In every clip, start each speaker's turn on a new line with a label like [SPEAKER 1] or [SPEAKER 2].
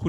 [SPEAKER 1] คุ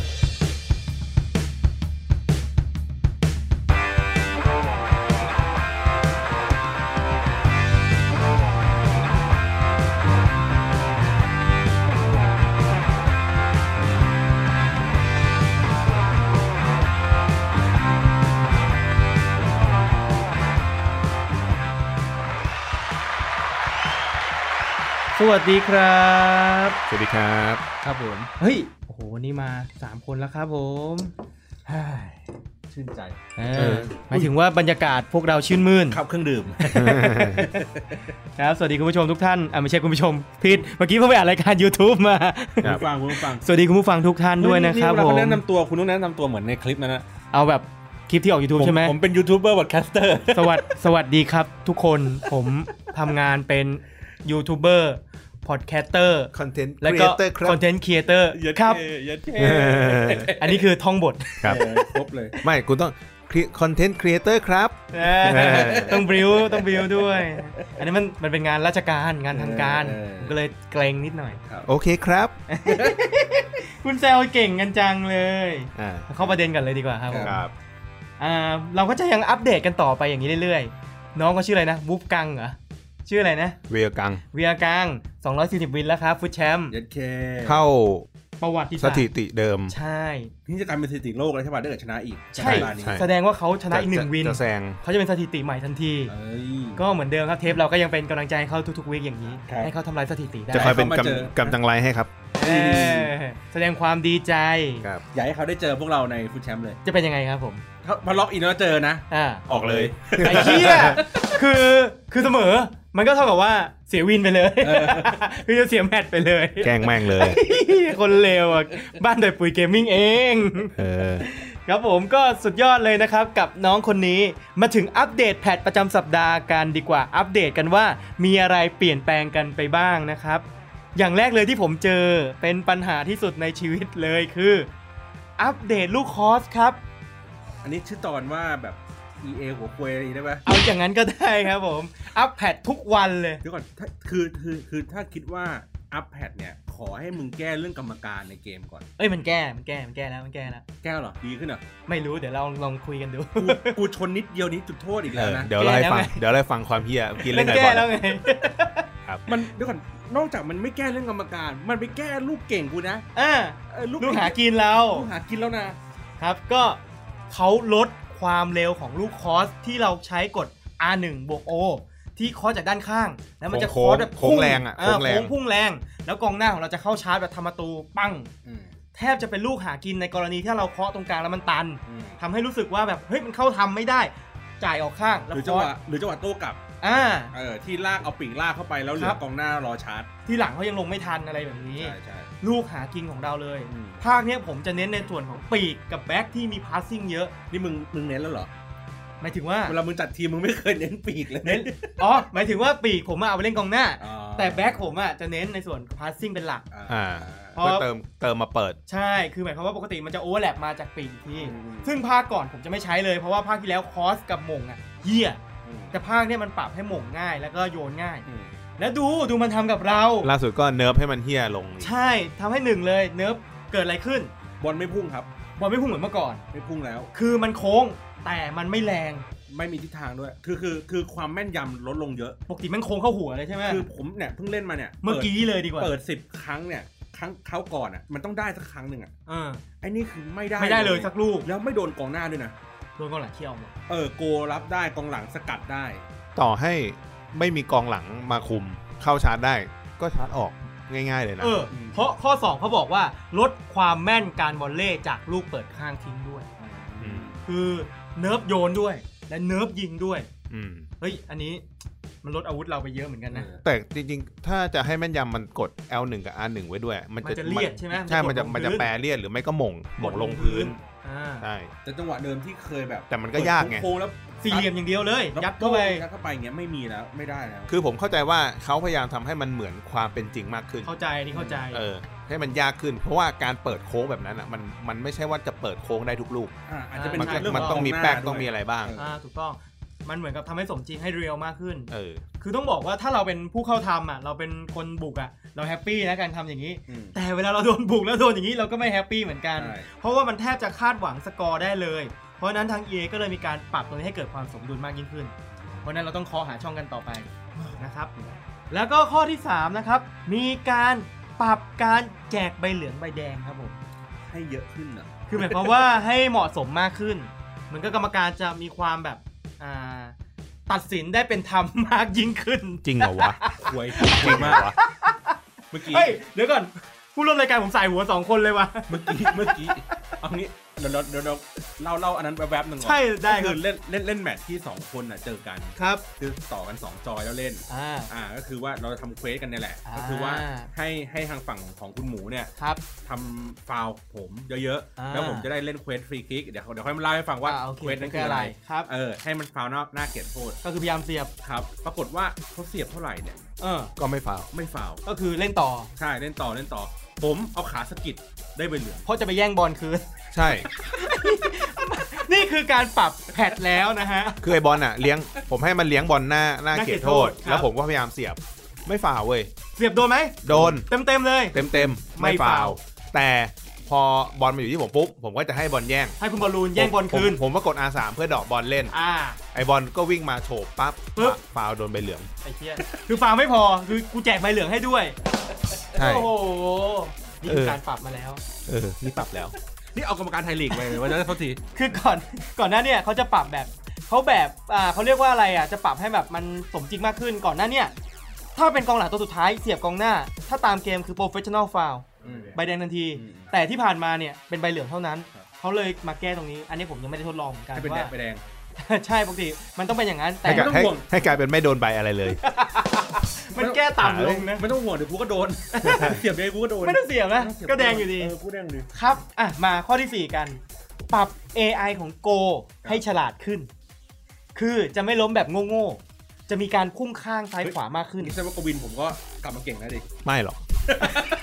[SPEAKER 2] สวัสดีครับ
[SPEAKER 3] สวัสดีครับ
[SPEAKER 2] ครับผม เฮ้ย โอ้โห วันนี้มาสามคนแล้วครับผม
[SPEAKER 4] ชื่นใจ
[SPEAKER 2] เอ
[SPEAKER 3] เอ
[SPEAKER 2] อ
[SPEAKER 3] อ
[SPEAKER 2] หมายถึงว่าบรรยากาศพวกเราชื่นมื่น
[SPEAKER 4] ขับเครื่องดื่ม
[SPEAKER 2] ครับ สวัสดีคุณผู้ชมทุกท่านอ่ะไม่ใช่คุณผู้ชมผิดเมื่อกี้เพิ่งไปอ่านรายการ YouTube มา
[SPEAKER 1] คุณฟังคุณฟัง
[SPEAKER 2] สวัสดีคุณผู้ฟังทุกท่านด้วยนะครับ
[SPEAKER 1] เวลา
[SPEAKER 2] ผ
[SPEAKER 1] เขา
[SPEAKER 2] ม
[SPEAKER 1] แนะนำตัวคุณต้องแนะนำตัวเหมือนในคลิปนั้นนะ
[SPEAKER 2] เอาแบบคลิปที่ออก YouTube ใช่ไหม
[SPEAKER 1] ผมเป็นยูทูบเบอร์บอดแคสเตอร์
[SPEAKER 2] สวัสดีสวัสดีครับทุกคนผมทำงานเป็นยูทูบเบอร์พอดแคสเตอร์
[SPEAKER 4] คอนเทนต์
[SPEAKER 2] แล้วก็คอนเทนต์ครีเอเตอร์ครับ
[SPEAKER 1] ยัดเท่
[SPEAKER 2] อันนี้คือท่องบท
[SPEAKER 3] ครับ
[SPEAKER 4] ครบเลย
[SPEAKER 3] ไม่คุณต้องคอนเทนต์ครีเอเตอร์ครับ
[SPEAKER 2] เออต้องบริวต้องบริวด้วย อันนี้มันมันเป็นงานราชการงานทางการ
[SPEAKER 4] เออ
[SPEAKER 2] ผมก็เลยเกรงนิดหน่อย
[SPEAKER 3] โอเคครับ
[SPEAKER 2] คุณแซวเก่งกันจังเลย
[SPEAKER 3] อ่า
[SPEAKER 2] เข้าประเด็นกันเลยดีกว่าครับผม
[SPEAKER 3] ครับ
[SPEAKER 2] อ่าเราก็จะยังอัปเดตกันต่อไปอย่างนี้เรื่อยๆ น้องก็ชื่ออะไรนะวูฟกังเหรอ ชื่ออะไรนะ
[SPEAKER 3] เวลกัง
[SPEAKER 2] เวียกัง 240 วินแล้วครับฟุตแชมป์
[SPEAKER 4] เย็ดเค
[SPEAKER 3] เข้า
[SPEAKER 2] ประวัติ
[SPEAKER 3] ส
[SPEAKER 2] ศาสต
[SPEAKER 3] ถิ
[SPEAKER 2] ร์
[SPEAKER 3] ติเดิม
[SPEAKER 2] ใช่
[SPEAKER 4] นี่จะกลายเป็นสถิติโลกแล้วใช่ป่ะถ้าเกิดชนะอีก
[SPEAKER 2] ใช่
[SPEAKER 4] สัปดาห์นี้
[SPEAKER 3] ใช่
[SPEAKER 2] แสดงว่าเขาชนะอีกหนึ่งวิน
[SPEAKER 3] จะแซง
[SPEAKER 2] เขาจะเป็นสถิติใหม่ทันที
[SPEAKER 4] เอ้ย
[SPEAKER 2] ก็เหมือนเดิมครับเทปเราก็ยังเป็นกำลังใจให้เขาทุกๆวีคอย่างนี้
[SPEAKER 4] ครับ
[SPEAKER 2] ให้เขาทำลายสถิติได้
[SPEAKER 3] จะคอยเป็น
[SPEAKER 4] ให้เขามาเจอ
[SPEAKER 3] กำกำจังไรให้ครับ
[SPEAKER 2] เออแสดงความดีใจ
[SPEAKER 3] ครับ
[SPEAKER 4] อยากให้เขาได้เจอพวกเราในฟุตแชมป์เลย
[SPEAKER 2] จะเป็นยังไงครับผม
[SPEAKER 4] ถ้าพอล็อกอินแล้วเจอนะ
[SPEAKER 2] อ่า
[SPEAKER 4] ออกเลย
[SPEAKER 2] ไอ้เหี้ยคือคือเสมอ มันก็เท่ากับว่าเสียวินไปเลยคือจะเสียแมตช์ไปเลย
[SPEAKER 3] แกล้งแม่งเลย
[SPEAKER 2] คนเลวอะบ้านโดยปุ๋ยเกมมิ่งเอง
[SPEAKER 3] เออ
[SPEAKER 2] ครับผมก็สุดยอดเลยนะครับ กับน้องคนนี้มาถึงอัปเดตแพทประจำสัปดาห์กันดีกว่า อัปเดตกันว่ามีอะไรเปลี่ยนแปลงกันไปบ้างนะครับ อย่างแรกเลยที่ผมเจอเป็นปัญหาที่สุดในชีวิตเลยคือ อัปเดตลูกคอร์สครับ
[SPEAKER 4] อันนี้ชื่อตอนว่าแบบ EA หัวควยอะไรได้ไหม
[SPEAKER 2] เอาอย่างนั้นก็ได้ครับผม อัปแพททุกวันเลย
[SPEAKER 4] เดี๋ยวก่อนถ้าคือคือคือถ้าคิดว่าอัพแพดเนี่ย ขอให้มึงแก้เรื่องกรรมการในเกมก่อน
[SPEAKER 2] เอ้ยมันแก้มันแก้มันแก้แล้วมันแก้แล้ว
[SPEAKER 4] แก้วเหรอ ดีขึ้นเหรอ
[SPEAKER 2] ไม่รู้เดี๋ยวเราลองคุยกันดู
[SPEAKER 4] กูกูชนนิดเดียวนี้จุดโทษอีก
[SPEAKER 3] เอ
[SPEAKER 4] แล้ว
[SPEAKER 3] อ
[SPEAKER 4] นะ
[SPEAKER 3] เดี๋ยวเราให้ฟั
[SPEAKER 2] แก
[SPEAKER 3] ง
[SPEAKER 2] ล้งแล้วไง
[SPEAKER 3] เดี๋ยวเราให้ฟังความเฮียกิน
[SPEAKER 2] มั
[SPEAKER 3] เล่น
[SPEAKER 2] น
[SPEAKER 3] ไหน
[SPEAKER 2] แก้
[SPEAKER 3] ก่อน
[SPEAKER 2] แล้วไง
[SPEAKER 3] ครับ
[SPEAKER 4] มันเดี๋ยวก่อนนอกจากมันไม่แก้เรื่องกรรมการ มันไปแก้ลูกเก่งกูนะ
[SPEAKER 2] อ่า
[SPEAKER 4] เออลูก
[SPEAKER 2] ลูกหากินเรา
[SPEAKER 4] ลูกหากินแล้วนะ
[SPEAKER 2] ครับก็เขาลดความเร็วของลูกคอร์สที่เราใช้กด R1 บวก O ที่คอร์สจากด้านข้าง แล้วมันจะค
[SPEAKER 3] โค้
[SPEAKER 2] อง ร์สแบบ
[SPEAKER 3] โค้งแรงอะ
[SPEAKER 2] เออ
[SPEAKER 3] โค้งแรง
[SPEAKER 2] โค้งพุ่งแรง แล้วกองหน้าของเราจะเข้าชาร์จแบบธรรมตูปั้ง
[SPEAKER 4] อืม
[SPEAKER 2] แทบจะเป็นลูกหากินในกรณีที่เราเคาะตรงกลางแล้วมันตัน
[SPEAKER 4] อืม
[SPEAKER 2] ทำให้รู้สึกว่าแบบเฮ้ยมันเข้าทำไม่ได้ จ่ายออกข้าง
[SPEAKER 4] ห
[SPEAKER 2] แล้ว
[SPEAKER 4] รือ
[SPEAKER 2] ค
[SPEAKER 4] จัง
[SPEAKER 2] อ
[SPEAKER 4] ห
[SPEAKER 2] ร์ส
[SPEAKER 4] วะหรือจังหวะโต้กลับ
[SPEAKER 2] อ่า
[SPEAKER 4] เออที่ลากเอาปีกลากเข้าไปแล้วเหลื
[SPEAKER 2] ครั
[SPEAKER 4] อบ กองหน้ารอชาร์จ
[SPEAKER 2] ที่หลังเขายังลงไม่ทันอะไรแบบนี้
[SPEAKER 4] ใช่ใช่
[SPEAKER 2] ลูกหากินของเราเลย
[SPEAKER 4] อืม
[SPEAKER 2] ภาคเนี้ยผมจะเน้นในส่วนของปีกกับแบ็คที่มีพาสซิ่งเยอะ
[SPEAKER 4] นี่มึงมึงเน้นแล้วเหรอ
[SPEAKER 2] หมายถึงว่า
[SPEAKER 4] เวลามึงจัดทีมมึงไม่เคยเน้นปีกเลย
[SPEAKER 2] เน้นอ๋อ หมายถึงว่าปีกผมอะเอาไปเล่นกองหน้า
[SPEAKER 4] อ๋อ
[SPEAKER 2] แต่แบ็คผมอะจะเน้นในส่วนพาสซิ่งเป็นหลัก
[SPEAKER 4] อ่า
[SPEAKER 3] อ่า
[SPEAKER 2] เพราะ
[SPEAKER 3] เพื่อเติม เติมมาเปิด
[SPEAKER 2] ใช่ คือหมายความว่าปกติมันจะโอเวอร์แลปมาจากปีกอีกที
[SPEAKER 4] อืม
[SPEAKER 2] ซึ่งภาคก่อนผมจะไม่ใช้เลย เพราะว่าภาคที่แล้วคอสกับหม่งอะเฮีย
[SPEAKER 4] อืม
[SPEAKER 2] แต่ภาคเนี้ยมันปรับให้หม่งง่ายแล้วก็โยนง่าย
[SPEAKER 4] อืม
[SPEAKER 2] แล้วดูดูมันทำกับเรา
[SPEAKER 3] ล่าสุดก็เนิร์ฟให้มันเฮียลง
[SPEAKER 2] ใช่ทำให้หนึ่งเลยเนิร์ฟเกิดอะไรขึ้น
[SPEAKER 4] บอลไม่พุ่งครับ
[SPEAKER 2] บอลไม่พุ่งเหมือนเมื่อก่อน
[SPEAKER 4] ไม่พุ่งแล้ว
[SPEAKER 2] คือมันโค้งแต่มันไม่แรง
[SPEAKER 4] ไม่มีทิศทางด้วย คือคือคือความแม่นยำลดลงเยอะ
[SPEAKER 2] ปกติมันโค้งเข้าหัวเลยใช่ไหม
[SPEAKER 4] คือผมเนี่ยเพิ่งเล่นมาเนี่ย
[SPEAKER 2] เมื่อกี้เลยดีก
[SPEAKER 4] เปิ
[SPEAKER 2] ว่า
[SPEAKER 4] ดเปิดสิบครั้งเนี่ยครั้งเขาวก่อนอ่ะมันต้องได้สักครั้งหนึ่งอ่ะ
[SPEAKER 2] เออ
[SPEAKER 4] ไอ้นี่คือไม่ได้
[SPEAKER 2] ไม่ได้เลยสักลูก
[SPEAKER 4] แล้วไม่โดนกองหน้าด้วยนะ
[SPEAKER 2] โดนกองหลังเขี่ยวหมด
[SPEAKER 4] เออโกรับได้กองหลังสกัดได้
[SPEAKER 3] ต่อให้ไม่มีกองหลังมาคุม เข้าชาร์จได้ ก็ชาร์จออกง่ายๆเลยนะ
[SPEAKER 2] เออ เพราะข้อ 2เขาบอกว่าลดความแม่นการบอลเล่จากลูกเปิดข้างทิ้งด้วย
[SPEAKER 3] อืม
[SPEAKER 2] คือเนิร์ฟโยนด้วย และเนิร์ฟยิงด้วย
[SPEAKER 3] อืม
[SPEAKER 2] เฮ้ย อันนี้มันลดอาวุธเราไปเยอะเหมือนกันนะ
[SPEAKER 3] แต่จริงๆ ถ้าจะให้แม่นยำมันกด L1 กับ R1 ไว้ด้วย มัน
[SPEAKER 2] มันจะเลียดใช่ไหม
[SPEAKER 3] ใช่
[SPEAKER 2] มั
[SPEAKER 3] มัน น
[SPEAKER 2] จะ
[SPEAKER 3] จะ
[SPEAKER 2] กดลง
[SPEAKER 3] มันจะ
[SPEAKER 2] พื้น
[SPEAKER 3] แปรเลียดหรือไม่ก็หม่งหม่งลงพื้น
[SPEAKER 2] อ่า
[SPEAKER 3] ใช่
[SPEAKER 4] แต่จังหวะเดิมที่เคยแบบ
[SPEAKER 3] แต่มันก็ยากไง
[SPEAKER 4] โค้งแล้ว
[SPEAKER 2] สี่เหลี่ยมอย่างเดียวเลย ยัดเข้าไป
[SPEAKER 4] ยัดเข้าไปอย่างเงี้ยไม่มีแล้วไม่ได้แล้ว
[SPEAKER 3] คือผมเข้าใจว่าเขาพยายามทำให้มันเหมือนความเป็นจริงมากขึ้น
[SPEAKER 2] เข้าใจนี่เข้าใจ
[SPEAKER 3] เออ ให้มันยากขึ้น เพราะว่าการเปิดโค้งแบบนั้นอ่ะ มันมันไม่ใช่ว่าจะเปิดโค้งได้ทุกลูก
[SPEAKER 4] อ่าอาจจะเป็น
[SPEAKER 3] มันก็
[SPEAKER 4] เรื่อง
[SPEAKER 3] มันต้องมี
[SPEAKER 4] ขหา
[SPEAKER 3] แป๊ก
[SPEAKER 4] ด้วย
[SPEAKER 3] ต้องมีอะไรบ้าง
[SPEAKER 2] อ่า ถูกต้อง มันเหมือนกับทำให้สมจริงให้เรียลมากขึ้น
[SPEAKER 3] เออ
[SPEAKER 2] คือต้องบอกว่าถ้าเราเป็นผู้เข้าทำอ่ะ เราเป็นคนบุกอ่ะ เราแฮปปี้นะการทำอย่างนี้
[SPEAKER 4] อืม
[SPEAKER 2] แต่เวลาเราโดนบุกแล้วโดนอย่างนี้เราก็ไม่แฮปปี้เหมือนกัน
[SPEAKER 4] ใช่
[SPEAKER 2] เพราะว่ามันแทบจะคาดหวังสกอร์ได้เลย เพราะฉะนั้นทาง EA ก็เลยมีการปรับตรงนี้ให้เกิดความสมดุลมากยิ่งขึ้น เพราะฉะนั้นเราต้องเคอหาช่องกันต่อไปนะครับ แล้วก็ข้อที่ 3 นะครับ มีการปรับการแจกใบเหลืองใบแดงครับผม
[SPEAKER 4] ให้เยอะขึ้นอ่ะ
[SPEAKER 2] คือหมายความว่าให้เหมาะสมมากขึ้น เหมือนกับกรรมการจะมีความแบบอ่าตัดสินได้เป็นธรรมมากยิ่งขึ้น
[SPEAKER 3] จริงเหรอวะ
[SPEAKER 4] ควยควยมาก เมื่อกี้
[SPEAKER 2] เฮ้ย เดี๋ยวก่อน ผู้ร่วมรายการผมใส่หัวสองคนเลยวะ
[SPEAKER 4] เมื่อกี้ เมื่อกี้ เอางี้ เดี๋ยวเราเดี๋ยวเราเล่าเล่าอันนั้นแวบๆหนึ่งก่อน
[SPEAKER 2] ใช่ได้ค
[SPEAKER 4] คื
[SPEAKER 2] รับ
[SPEAKER 4] อเล่นเล่นเล่นแมตช์ที่ 2 คนน่ะเจอกัน
[SPEAKER 2] ครับ
[SPEAKER 4] คือต่อกัน 2 จอยแล้วเล่น
[SPEAKER 2] อ่า
[SPEAKER 4] อ่า ก็คือว่าเราจะทำเควสกันเนี่ยแหละ
[SPEAKER 2] อ่า
[SPEAKER 4] ก็คือว่าให้ให้ทางฝั่งของคุณหมูเนี่ย
[SPEAKER 2] ครับ
[SPEAKER 4] ทำฟาวล์ผมเยอะ
[SPEAKER 2] อ่า
[SPEAKER 4] ๆ แล้วผมจะได้เล่นเควสฟรีคิก เดี๋ยวเดี๋ยวค่อยมาเล่าให้ฟังว่า
[SPEAKER 2] อ่โ
[SPEAKER 4] เควสนั้นคืออะไร
[SPEAKER 2] ครับ
[SPEAKER 4] เออ ให้มันฟาวล์หน้าหน้าเกลียดโทษ
[SPEAKER 2] ก็คือพยายามเสียบ
[SPEAKER 4] ครับ ปรากฏว่าเขาเสียบเท่าไหร่เนี่ย
[SPEAKER 2] เออ
[SPEAKER 3] ก็ไม่ฟาว
[SPEAKER 4] ไม่ฟาวล์
[SPEAKER 2] ก็คือเล่นต่อ
[SPEAKER 4] ใช่เล่นต่อเล่นต่อ ผมเอาขาสะกิดได้ใบเหลือง
[SPEAKER 2] เพราะจะไปแย่งบอลคืน
[SPEAKER 3] ใช่
[SPEAKER 2] นี่คือการปรับแพทแล้วนะฮะ
[SPEAKER 3] คือไอบอลอ่ะเลี้ยง ผมให้มันเลี้ยงบอลหน้าหน้า
[SPEAKER 2] หน้า
[SPEAKER 3] เข
[SPEAKER 2] เขต
[SPEAKER 3] ตโทษ
[SPEAKER 2] โทษครับ
[SPEAKER 3] แล้วผมก็พยายามเสียบ ไม่ฟาวเว้ย
[SPEAKER 2] เสียบโดนไหม
[SPEAKER 3] โดน
[SPEAKER 2] เต็มเต็มๆเลย
[SPEAKER 3] เต็มเต็มๆ
[SPEAKER 2] ไม่
[SPEAKER 3] ไม่ฟา
[SPEAKER 2] ฟาว ว
[SPEAKER 3] แต่พอบอลมาอยู่ที่ผมปุ๊บ ผมก็จะให้บอลแย่ง
[SPEAKER 2] ให้คุณบอลลูนแย่งบอลคืน
[SPEAKER 3] ผมผมผมก็กด R3 เพื่อเดอกบอลเล่น
[SPEAKER 2] อ่า
[SPEAKER 3] ไอบอลก็วิ่งมาโฉบปั๊บ
[SPEAKER 2] ปึ๊บ
[SPEAKER 3] ฟาวโดนใบเหลือง
[SPEAKER 2] ไอ้เหี้ย คือฟาวไม่พอ คือกูแจกใบเหลืองให้ด้วย
[SPEAKER 3] ใช่
[SPEAKER 2] โอ้โห นี่คือ
[SPEAKER 3] เออ
[SPEAKER 2] การปรับมาแล้ว
[SPEAKER 3] เออ นี่ปรับแล้ว
[SPEAKER 4] นี่เอากรรมการไทยลีกไปเลยว่าจะได้โทษที
[SPEAKER 2] คือก่อน ก่อนหน้าเนี่ยเขาจะปรับแบบเขาแบบอ่าเขาเรียกว่าอะไรอ่ะ จะปรับให้แบบมันสมจริงมากขึ้น ก่อนหน้าเนี่ย ถ้าเป็นกองหลังตัวสุดท้ายเสียบกองหน้า ถ้าตามเกมคือ professional foul ใบแดงทันที
[SPEAKER 4] อืม
[SPEAKER 2] แต่ที่ผ่านมาเนี่ยเป็นใบเหลืองเท่านั้น
[SPEAKER 4] ครับ
[SPEAKER 2] เขาเลยมาแก้ตรงนี้ อันนี้ผมยังไม่ได้ทดลองเหมือนกัน
[SPEAKER 4] ให้เป็นแด
[SPEAKER 2] ว่า
[SPEAKER 4] งไปแดง
[SPEAKER 2] ใช่ปกติมันต้องเป็นอย่างนั้น แต่
[SPEAKER 3] ให้กลาย
[SPEAKER 4] ไม่ต้อง
[SPEAKER 3] ให้
[SPEAKER 4] ห่วง
[SPEAKER 3] ให้กลายเป็นไม่โดนใบอะไรเลย
[SPEAKER 2] มันแก้ต่ำลงนะ
[SPEAKER 4] ไม่ต้องห่วงเดี๋ยวกูก็ โดน เสียบยังไงกูก็โดน
[SPEAKER 2] ไม่ต้องเสียบนะ
[SPEAKER 4] เสียบ
[SPEAKER 2] ก็แดงอยู่ดี
[SPEAKER 4] เกูแดงอยู่ดี
[SPEAKER 2] ครับ อ่ะ มาข้อที่ 4 กัน ปรับ AI ของ Go ให้ฉลาดขึ้น คือจะไม่ล้มแบบโง่ๆ จะมีการพุ่งข้างซ้าย
[SPEAKER 4] เฮ้ย
[SPEAKER 2] ขวามากขึ้น
[SPEAKER 4] นี่แสดงว่ากวินผมก็กลับมาเก่งแล้วดิ
[SPEAKER 3] ไม่หรอก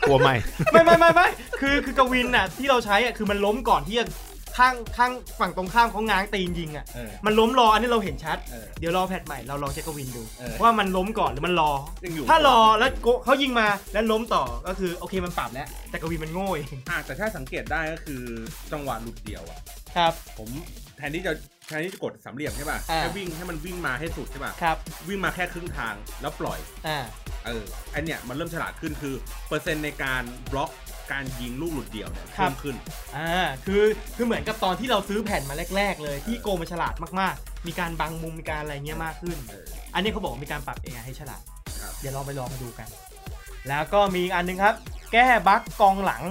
[SPEAKER 3] กลัวไม่
[SPEAKER 2] ไม่ไม่ไม่ไม่คือคือกวินน่ะที่เราใช้อ่ะคือมันล้มก่อนที่จะข้างข้างฝั่งตรงข้ามเขาง้างตีนยิงอ่ะ
[SPEAKER 4] เออ
[SPEAKER 2] มันล้มรออันนี้เราเห็นชัด
[SPEAKER 4] เออ
[SPEAKER 2] เดี๋ยวรอแพทใหม่เราลองเช็คกวินดู
[SPEAKER 4] เออ
[SPEAKER 2] ว่ามันล้มก่อนหรือมันรอ
[SPEAKER 4] ยังอยู่
[SPEAKER 2] ถ้ารอแล้วโกเขายิงมาแล้วล้มต่อก็คือโอเคมันปรับแล้ว แต่กวินมันโง่เอง
[SPEAKER 4] อ่ะแต่ถ้าสังเกตได้ก็คือจังหวะหลุดเดียวอ่ะ
[SPEAKER 2] ครับ
[SPEAKER 4] ผมแทนที่จะแทนที่จะกดสามเหลี่ยมใช่ป่ะ
[SPEAKER 2] อ่า
[SPEAKER 4] แค่วิ่งให้มันวิ่งมาให้สุดใช่ป่ะ
[SPEAKER 2] ครับ
[SPEAKER 4] วิ่งมาแค่ครึ่งทางแล้วปล่อย
[SPEAKER 2] อ่า
[SPEAKER 4] เออไอันเนี้ยมันเริ่มฉลาดขึ้นคือ เปอร์เซ็นต์ในการบล็อกการยิงลูกหลุดเดียวเนี่ย
[SPEAKER 2] ครั
[SPEAKER 4] เพิ่
[SPEAKER 2] บ
[SPEAKER 4] มขึ้น
[SPEAKER 2] อ่า คือ คือเหมือนกับตอนที่เราซื้อแผ่นมาแรก ๆ เลย ที่โกมันฉลาดมาก ๆ มีการบังมุม มีการอะไรเงี้ยมากขึ้น
[SPEAKER 4] เออ
[SPEAKER 2] อันนี้เขาบอกว่ามีการปรับ AI ให้ฉลาด
[SPEAKER 4] ครับ
[SPEAKER 2] เดี๋ยวลองไปลองมาดูกัน แล้วก็มีอีกอันหนึงครับ แก้บั๊กกองหลัง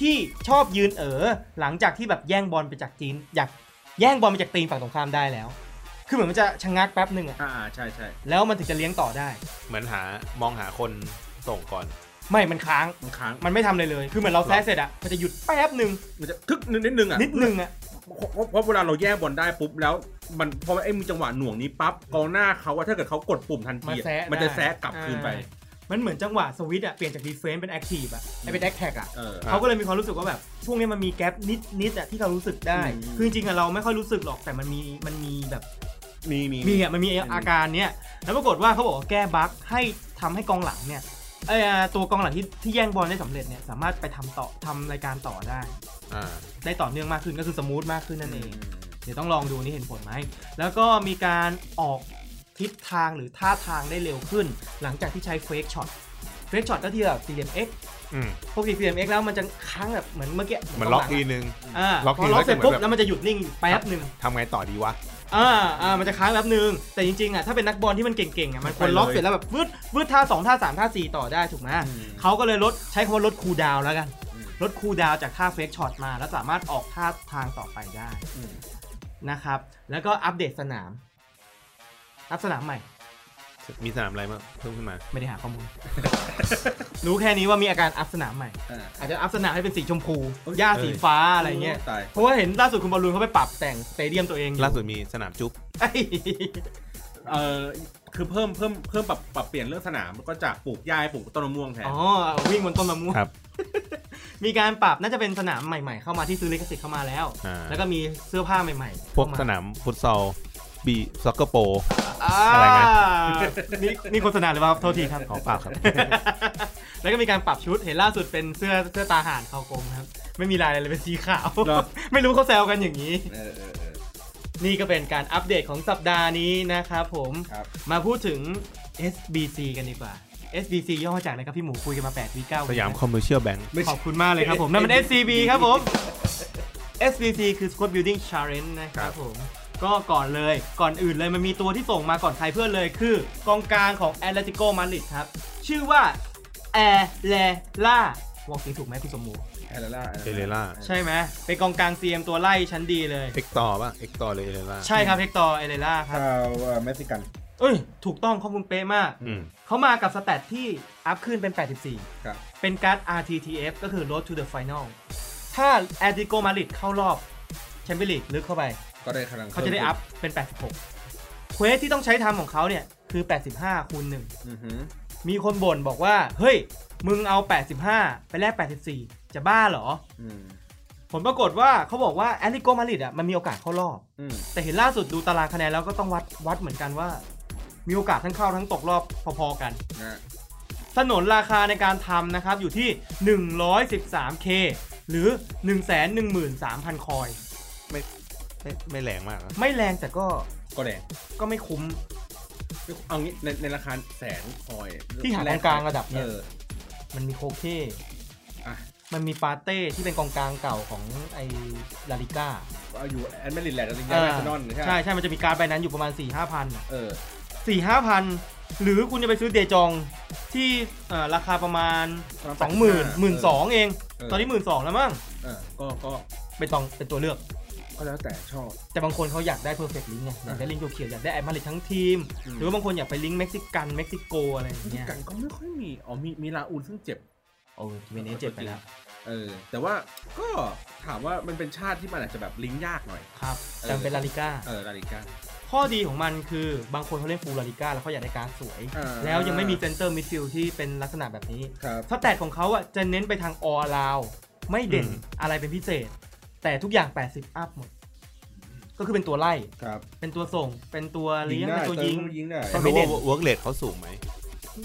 [SPEAKER 2] ที่ชอบยืนเอ๋อหลังจากที่แบบแย่งบอลไปจากจีน อยากแย่งบอลไปจากตีนฝั่งตรงข้ามได้แล้ว คือเหมือนมันจะชะงักแป๊บหนึ่งอะ
[SPEAKER 4] อ่าอ่าใช่ใช่
[SPEAKER 2] แล้วมันถึงจะเลี้ยงต่อได้
[SPEAKER 3] เหมือนหา มองหาคนส่งก่อน
[SPEAKER 2] ไม่มันค้าง
[SPEAKER 4] มันค้าง
[SPEAKER 2] มันไม่ทำเลยเลย คือเหมือนเราแซะเสร็จอะมันจะหยุดแป๊บหนึ่ง
[SPEAKER 4] มันจะทึกนิดนึงอ่ะ
[SPEAKER 2] นิดหนึงอะ
[SPEAKER 4] เพราะเพราะเวลาเราแย่บอลได้ปุ๊บแล้ว มันพอไอ้มีจังหวะหน่วงนี้ปั๊บกองหน้าเขาว่าถ้าเกิดเขากดปุ่มทันที
[SPEAKER 2] มา
[SPEAKER 4] อะ
[SPEAKER 2] แซะ
[SPEAKER 4] มันจะ
[SPEAKER 2] ได้
[SPEAKER 4] แซะกลับคืนไป
[SPEAKER 2] อ่ามันเหมือนจังหวะสวิตช์อะเปลี่ยนจากดีเฟน s ์เป็นแอคทีฟอะไอเป็นแอคแท็กอะ
[SPEAKER 4] เออ
[SPEAKER 3] ครับ
[SPEAKER 2] เขาก็เลยมีความรู้สึกว่าแบบ ช่วงนี้มันมีแกลบนิดนิดๆอะที่เรารู้สึกได้
[SPEAKER 4] อืม
[SPEAKER 2] คือจริงๆอะเราไม่ค่อยรู้สึกหรอกแต่มันมีมันมีแบบ
[SPEAKER 4] มีมี
[SPEAKER 2] มีอะมันมีอาการเนี้ยแล้วปรากฏว่าเขาบอกว่าแก้บั๊กให้ทำให้กองหลังเนี่ยเอยอ่าตัวกองหลังที่ที่แย่งบอลได้สำเร็จเนี่ยสามารถไปทำต่อทำรายการต่อได้
[SPEAKER 3] อ่า
[SPEAKER 2] ได้ต่อเนื่องมากขึ้นก็คือสมูทมากขึ้นนั่นเอง เดี๋ยวต้องลองดูนี่เห็นผลไหม แล้วก็มีการออกทิศทางหรือท่าทางได้เร็วขึ้น หลังจากที่ใช้เฟกช็อต เฟกช็อตก็ที่แบบ CMX
[SPEAKER 3] อืม
[SPEAKER 2] ปกติ CMX แล้วมันจะค้างแบบเหมือนเมื่อกี้
[SPEAKER 3] เหมันล็อกทีนึง
[SPEAKER 2] อ่า
[SPEAKER 3] ล็อก
[SPEAKER 2] พ
[SPEAKER 3] ที
[SPEAKER 2] อ
[SPEAKER 3] แล้
[SPEAKER 2] ล็
[SPEAKER 3] ว
[SPEAKER 2] อกเสร็จ
[SPEAKER 3] จะเหมือน
[SPEAKER 2] ปุ๊บ
[SPEAKER 3] แบบ
[SPEAKER 2] แล้วมันจะหยุดนิ่งแป๊บหนึ่ง
[SPEAKER 3] ทำไงต่อดีวะ
[SPEAKER 2] อ่าอ่ามันจะค้างแป๊บหนึ่งแต่จริงๆอ่ะถ้าเป็นนักบอลที่มันเก่งๆอ่ะมันควร
[SPEAKER 4] ไปเลย
[SPEAKER 2] ล็อกเสร็จแล้วแบบวืดวืดท่าสองท่าสามท่าสี่ต่อได้ถูกไหม
[SPEAKER 4] อืม
[SPEAKER 2] เขาก็เลยลดใช้คำว่าลดคูลดาวน์แล้วกัน
[SPEAKER 4] อืม
[SPEAKER 2] ลดคูลดาวน์จากท่าเฟกช็อตมา แล้วสามารถออกท่าทางต่อไปได้
[SPEAKER 4] อืม
[SPEAKER 2] นะครับ แล้วก็อัปเดตสนาม อัปสนามใหม่
[SPEAKER 3] มีสนามอะไรบ้างเพิ่มขึ้นมา
[SPEAKER 2] ไม่ได้หาข้อมูล รู้แค่นี้ว่ามีอาการอัปสนามใหม่
[SPEAKER 4] เออ
[SPEAKER 2] อาจจะอัปสนามให้เป็นสีชมพู
[SPEAKER 4] เอ้ย
[SPEAKER 2] หญ้าสีฟ้าอะไรเงี้ย
[SPEAKER 4] ตาย
[SPEAKER 2] เพราะว่าเห็นล่าสุดคุณบอลลูนเขาไปปรับแต่งสเตเดียมตัวเองอยู่
[SPEAKER 3] ล่าสุดมีสนามจุ๊บ
[SPEAKER 2] เอ้ย
[SPEAKER 4] เออคือเพิ่มเพิ่มเพิ่มปรับปรับเปลี่ยนเรื่องสนามแล้วก็จากปลูกหญ้าให้ปลูกต้นมะม่วงแทน
[SPEAKER 2] อ๋อ วิ่งบนต้นมะม่วง
[SPEAKER 3] ครับ
[SPEAKER 2] มีการปรับน่าจะเป็นสนามใหม่ๆ เข้ามาที่ซื้อลิขสิทธิ์เข้ามาแล้ว
[SPEAKER 3] อ่า
[SPEAKER 2] แล้วก็มีเสื้อผ้าใหม่ๆ
[SPEAKER 3] พวก
[SPEAKER 2] เข้
[SPEAKER 3] สนามฟุตซอล บีซ็อกเกอร์โป
[SPEAKER 2] อะไรเงี้ยนี่นี่โฆษณาหรือเปล่าครับโทษทีครับ
[SPEAKER 3] ขอเปล่าครับ
[SPEAKER 2] แล้วก็มีการปรับชุดเห็นล่าสุดเป็นเสื้อเสื้อตาห่านคอกลมครับ ไม่มีลายอะไรเลยเป็นสีขาว
[SPEAKER 4] เหรอ
[SPEAKER 2] ไม่รู้เขาแซวกันอย่างนี้
[SPEAKER 4] เออเออเออ
[SPEAKER 2] นี่ก็เป็นการอัปเดตของสัปดาห์นี้นะครับผม
[SPEAKER 4] ครับ
[SPEAKER 2] มาพูดถึง SBC กันดีกว่า SBC ย่อมาจากอะไรครับพี่หมูคุยกันมา8วี9
[SPEAKER 3] สยามคอมเมอร์เชียลแบง
[SPEAKER 4] ไม่ใช่
[SPEAKER 2] ขอบคุณมากเลย ครับผม นั่นมัน SCB ครับผม SBC คือ Squad Building Challenge นะค
[SPEAKER 4] ครั
[SPEAKER 2] รับบ ผม ก็ก่อนเลยก่อนอื่นเลยมันมีตัวที่ส่งมาก่อนใครเพื่อนเลยคือ กองกลางของ Atletico Madrid ครับ ชื่อว่า a อ l e l a วอกเสียงถูกไหมคุณสมมู
[SPEAKER 4] เอเลล่า
[SPEAKER 3] เอเลล่า
[SPEAKER 2] ใช่ไหมเป็นกองกลาง CM ตัวไล่ชั้นดีเลย
[SPEAKER 3] เอ็กตอร์ป่ะเอ็กตอร์เลยเลยล่ะ
[SPEAKER 2] ใช่ครับเฮกตอร์เอเลล่าครับ
[SPEAKER 4] ชาวเอ่อเม็กซิกัน
[SPEAKER 2] เอ้ย ถูกต้องข้อมูลเป๊ะมาก
[SPEAKER 3] อืม
[SPEAKER 2] เขามากับสแตทที่อัพขึ้นเป็น
[SPEAKER 4] ครับ
[SPEAKER 2] 84 เป็นการ์ด RTTF ก็คือ Road to the Final ถ้า a t l e t i c o Madrid เข้ารอบแชมเปี้ยนลีกลึกเข้าไป
[SPEAKER 4] ก็ได้คะแนน
[SPEAKER 2] เขาจะได้อัพเป็น 86 เควสที่ต้องใช้ทำของเขาเนี่ย คือ 85 คูณ
[SPEAKER 4] อือหือ
[SPEAKER 2] 1 มีคนบ่นบอกว่า เฮ้ย มึงเอา 85 ไปแลก 84 จะบ้าเหรอ
[SPEAKER 4] อืม
[SPEAKER 2] ผลปรากฏว่าเขาบอกว่า a t l e t i c o Madrid อ่ะมันมีโอกาสเข้ารอบ
[SPEAKER 4] อืม
[SPEAKER 2] แต่เห็นล่าสุดดูตารางคะแนนแล้วก็ต้องวัดวัดเหมือนกันว่า มีโอกาสทั้งเข้าทั้งตกรอบพอๆกัน
[SPEAKER 4] นะ
[SPEAKER 2] สนนราคาในการทำนะครับ อยู่ที่ 113k หรือ 113,000 คอย
[SPEAKER 3] ไม่ไม่แรงมากนะ
[SPEAKER 2] ไม่แรงแต่ก็
[SPEAKER 4] ก็แดง
[SPEAKER 2] ก็ไม่คุ้ม
[SPEAKER 4] เอางี้ในในราคาแสนคอย
[SPEAKER 2] ที่หาของกลางระดับเนี่ย
[SPEAKER 4] ออ
[SPEAKER 2] มันมีโคเค
[SPEAKER 4] อ่ะ
[SPEAKER 2] มันมีปาเต้ที่เป็นกองกลางเก่าของไอลาลิก้า
[SPEAKER 4] เอาอยู่แอนแมริดแลนด์กับซิงเกิล
[SPEAKER 2] อ่า
[SPEAKER 4] แอนเซนอนใช่ไหม
[SPEAKER 2] ใช่ใช่ มันจะมีการดใบนั้นอยู่ประมาณ 4 5 0 0 0
[SPEAKER 4] เออ
[SPEAKER 2] 4 5 0 0 0 หรือคุณจะไปซื้อเดจองที่เอ่อราคาประมาณ
[SPEAKER 4] ประมาณ
[SPEAKER 2] 20,000 12,000 เอง
[SPEAKER 4] เออ
[SPEAKER 2] ตอนนี้ 12,000 แล้วมั้ง
[SPEAKER 4] เออก็ก็
[SPEAKER 2] เป็นตองเป็นตัวเลือก
[SPEAKER 4] ก็แล้วแต่ชอบ
[SPEAKER 2] แต่บางคนเขาอยากได้ perfect link ไงอยากได้ลิงก์เขียวๆอยากได้แอดมาริดทั้งทีม
[SPEAKER 4] อืม
[SPEAKER 2] หรือว่าบางคนอยากไปลิงก์เม็กซิกันเม็กซิโกอะไรอย่างเงี้ย
[SPEAKER 4] กันก็ไม่ค่อยมีอ๋อมีมีลาอูลซึ่งเจ็บ
[SPEAKER 2] โอ้เมเนเจ็บไปแล้ว
[SPEAKER 4] เออ แต่ว่าก็ถามว่ามันเป็นชาติที่มันอาจจะแบบลิงก์ยากหน่อย
[SPEAKER 2] ครับแต่มันเป็นลาลิก้า
[SPEAKER 4] เออลาลิก้า
[SPEAKER 2] ข้อดีของมันคือบางคนเขาเล่นฟูลลาลิก้าแล้วเขาอยากได้การดสวย
[SPEAKER 4] อ่า
[SPEAKER 2] แล้วยังไม่มีเซนเตอร์มิดฟิลด์ที่เป็นลักษณะแบบนี้
[SPEAKER 4] ครับ
[SPEAKER 2] สแตทของเขาอ่ะจะเน้นไปทางออลาวไม่เด่นอะไรเป็นพิเศษ แต่ทุกอย่าง 80 อัพหมด ก็คือเป็นตัวไล่
[SPEAKER 4] ครับ
[SPEAKER 2] เป็นตัวส่ง เป็นตัวเลี้ยง
[SPEAKER 4] ได้
[SPEAKER 2] เป็นตัวยิง
[SPEAKER 4] เติมยิงได้
[SPEAKER 3] ต้องรู้ว่าเวิร์กเลทเขาสูงไหม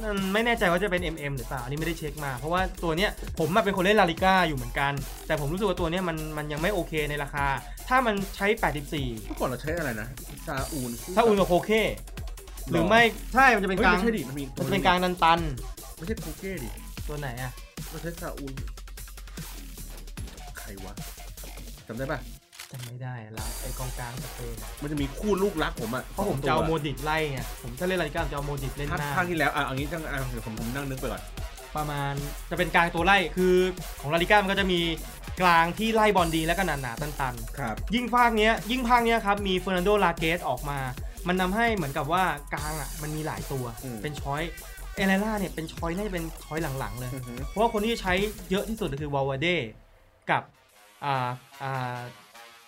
[SPEAKER 2] นั่นไม่แน่ใจว่าจะเป็น MM หรือเปล่า อันนี้ไม่ได้เช็คมา เพราะว่าตัวเนี้ยผมมาเป็นคนเล่นลาลิก้าอยู่เหมือนกัน แต่ผมรู้สึกว่าตัวเนี้ยมันมันยังไม่โอเคในราคา ถ้ามันใช้ 84
[SPEAKER 4] เมื่อก่อนเราใช้อะไรนะซาอูล
[SPEAKER 2] ถ้าอุนกับโคเค หรือไม่ใช่ มันจะเป็นกลาง
[SPEAKER 4] ฮ้ยไม่ใช่ดิมันมี
[SPEAKER 2] มันจะเป็นกลางนันตัน
[SPEAKER 4] ไม่ใช่คุกเก้ดิ
[SPEAKER 2] ตัวไหนอ่ะ
[SPEAKER 4] มันใช้ซาอูลใครวะจำได้ปะ
[SPEAKER 2] จำไม่ได้แล้วไอ้กองกลางสเปนอะ
[SPEAKER 4] มันจะมีคู่ลูกรักผมอ่ะ
[SPEAKER 2] เพราะผม
[SPEAKER 4] สงตัว
[SPEAKER 2] จะเอาโมดิตไล่ไง ผมถ้าเล่นลาลิก้าผมจะเอาโมดิตเล่น
[SPEAKER 4] ภาค
[SPEAKER 2] หน้า
[SPEAKER 4] ภาคที่แล้วอ่ะเอันนี้ตั้งอ่ะเดี๋ยวผมผมนั่งนึกไปก่อน
[SPEAKER 2] ประมาณจะเป็นกลางตัวไล่ คือของลาลิก้ามันก็จะมีกลางที่ไล่บอลดีแล้วก็หนาๆตันๆ
[SPEAKER 4] ครับ
[SPEAKER 2] ยิ่งภาคเนี้ยยิ่งภาคเนี้ยครับ มีเฟอร์นันโดลาเกสออกมา มันทำให้เหมือนกับว่ากลางอ่ะ มันมีหลายตัว
[SPEAKER 4] อืม
[SPEAKER 2] เป็นช้อยเอเลล่าเนี่ยเป็นช้อยน่าจะเป็นช้อยหลังๆเลย เพราะว่าคนที่ใช้เยอะที่สุดก็คือวาวาเดกับอ่าอ่า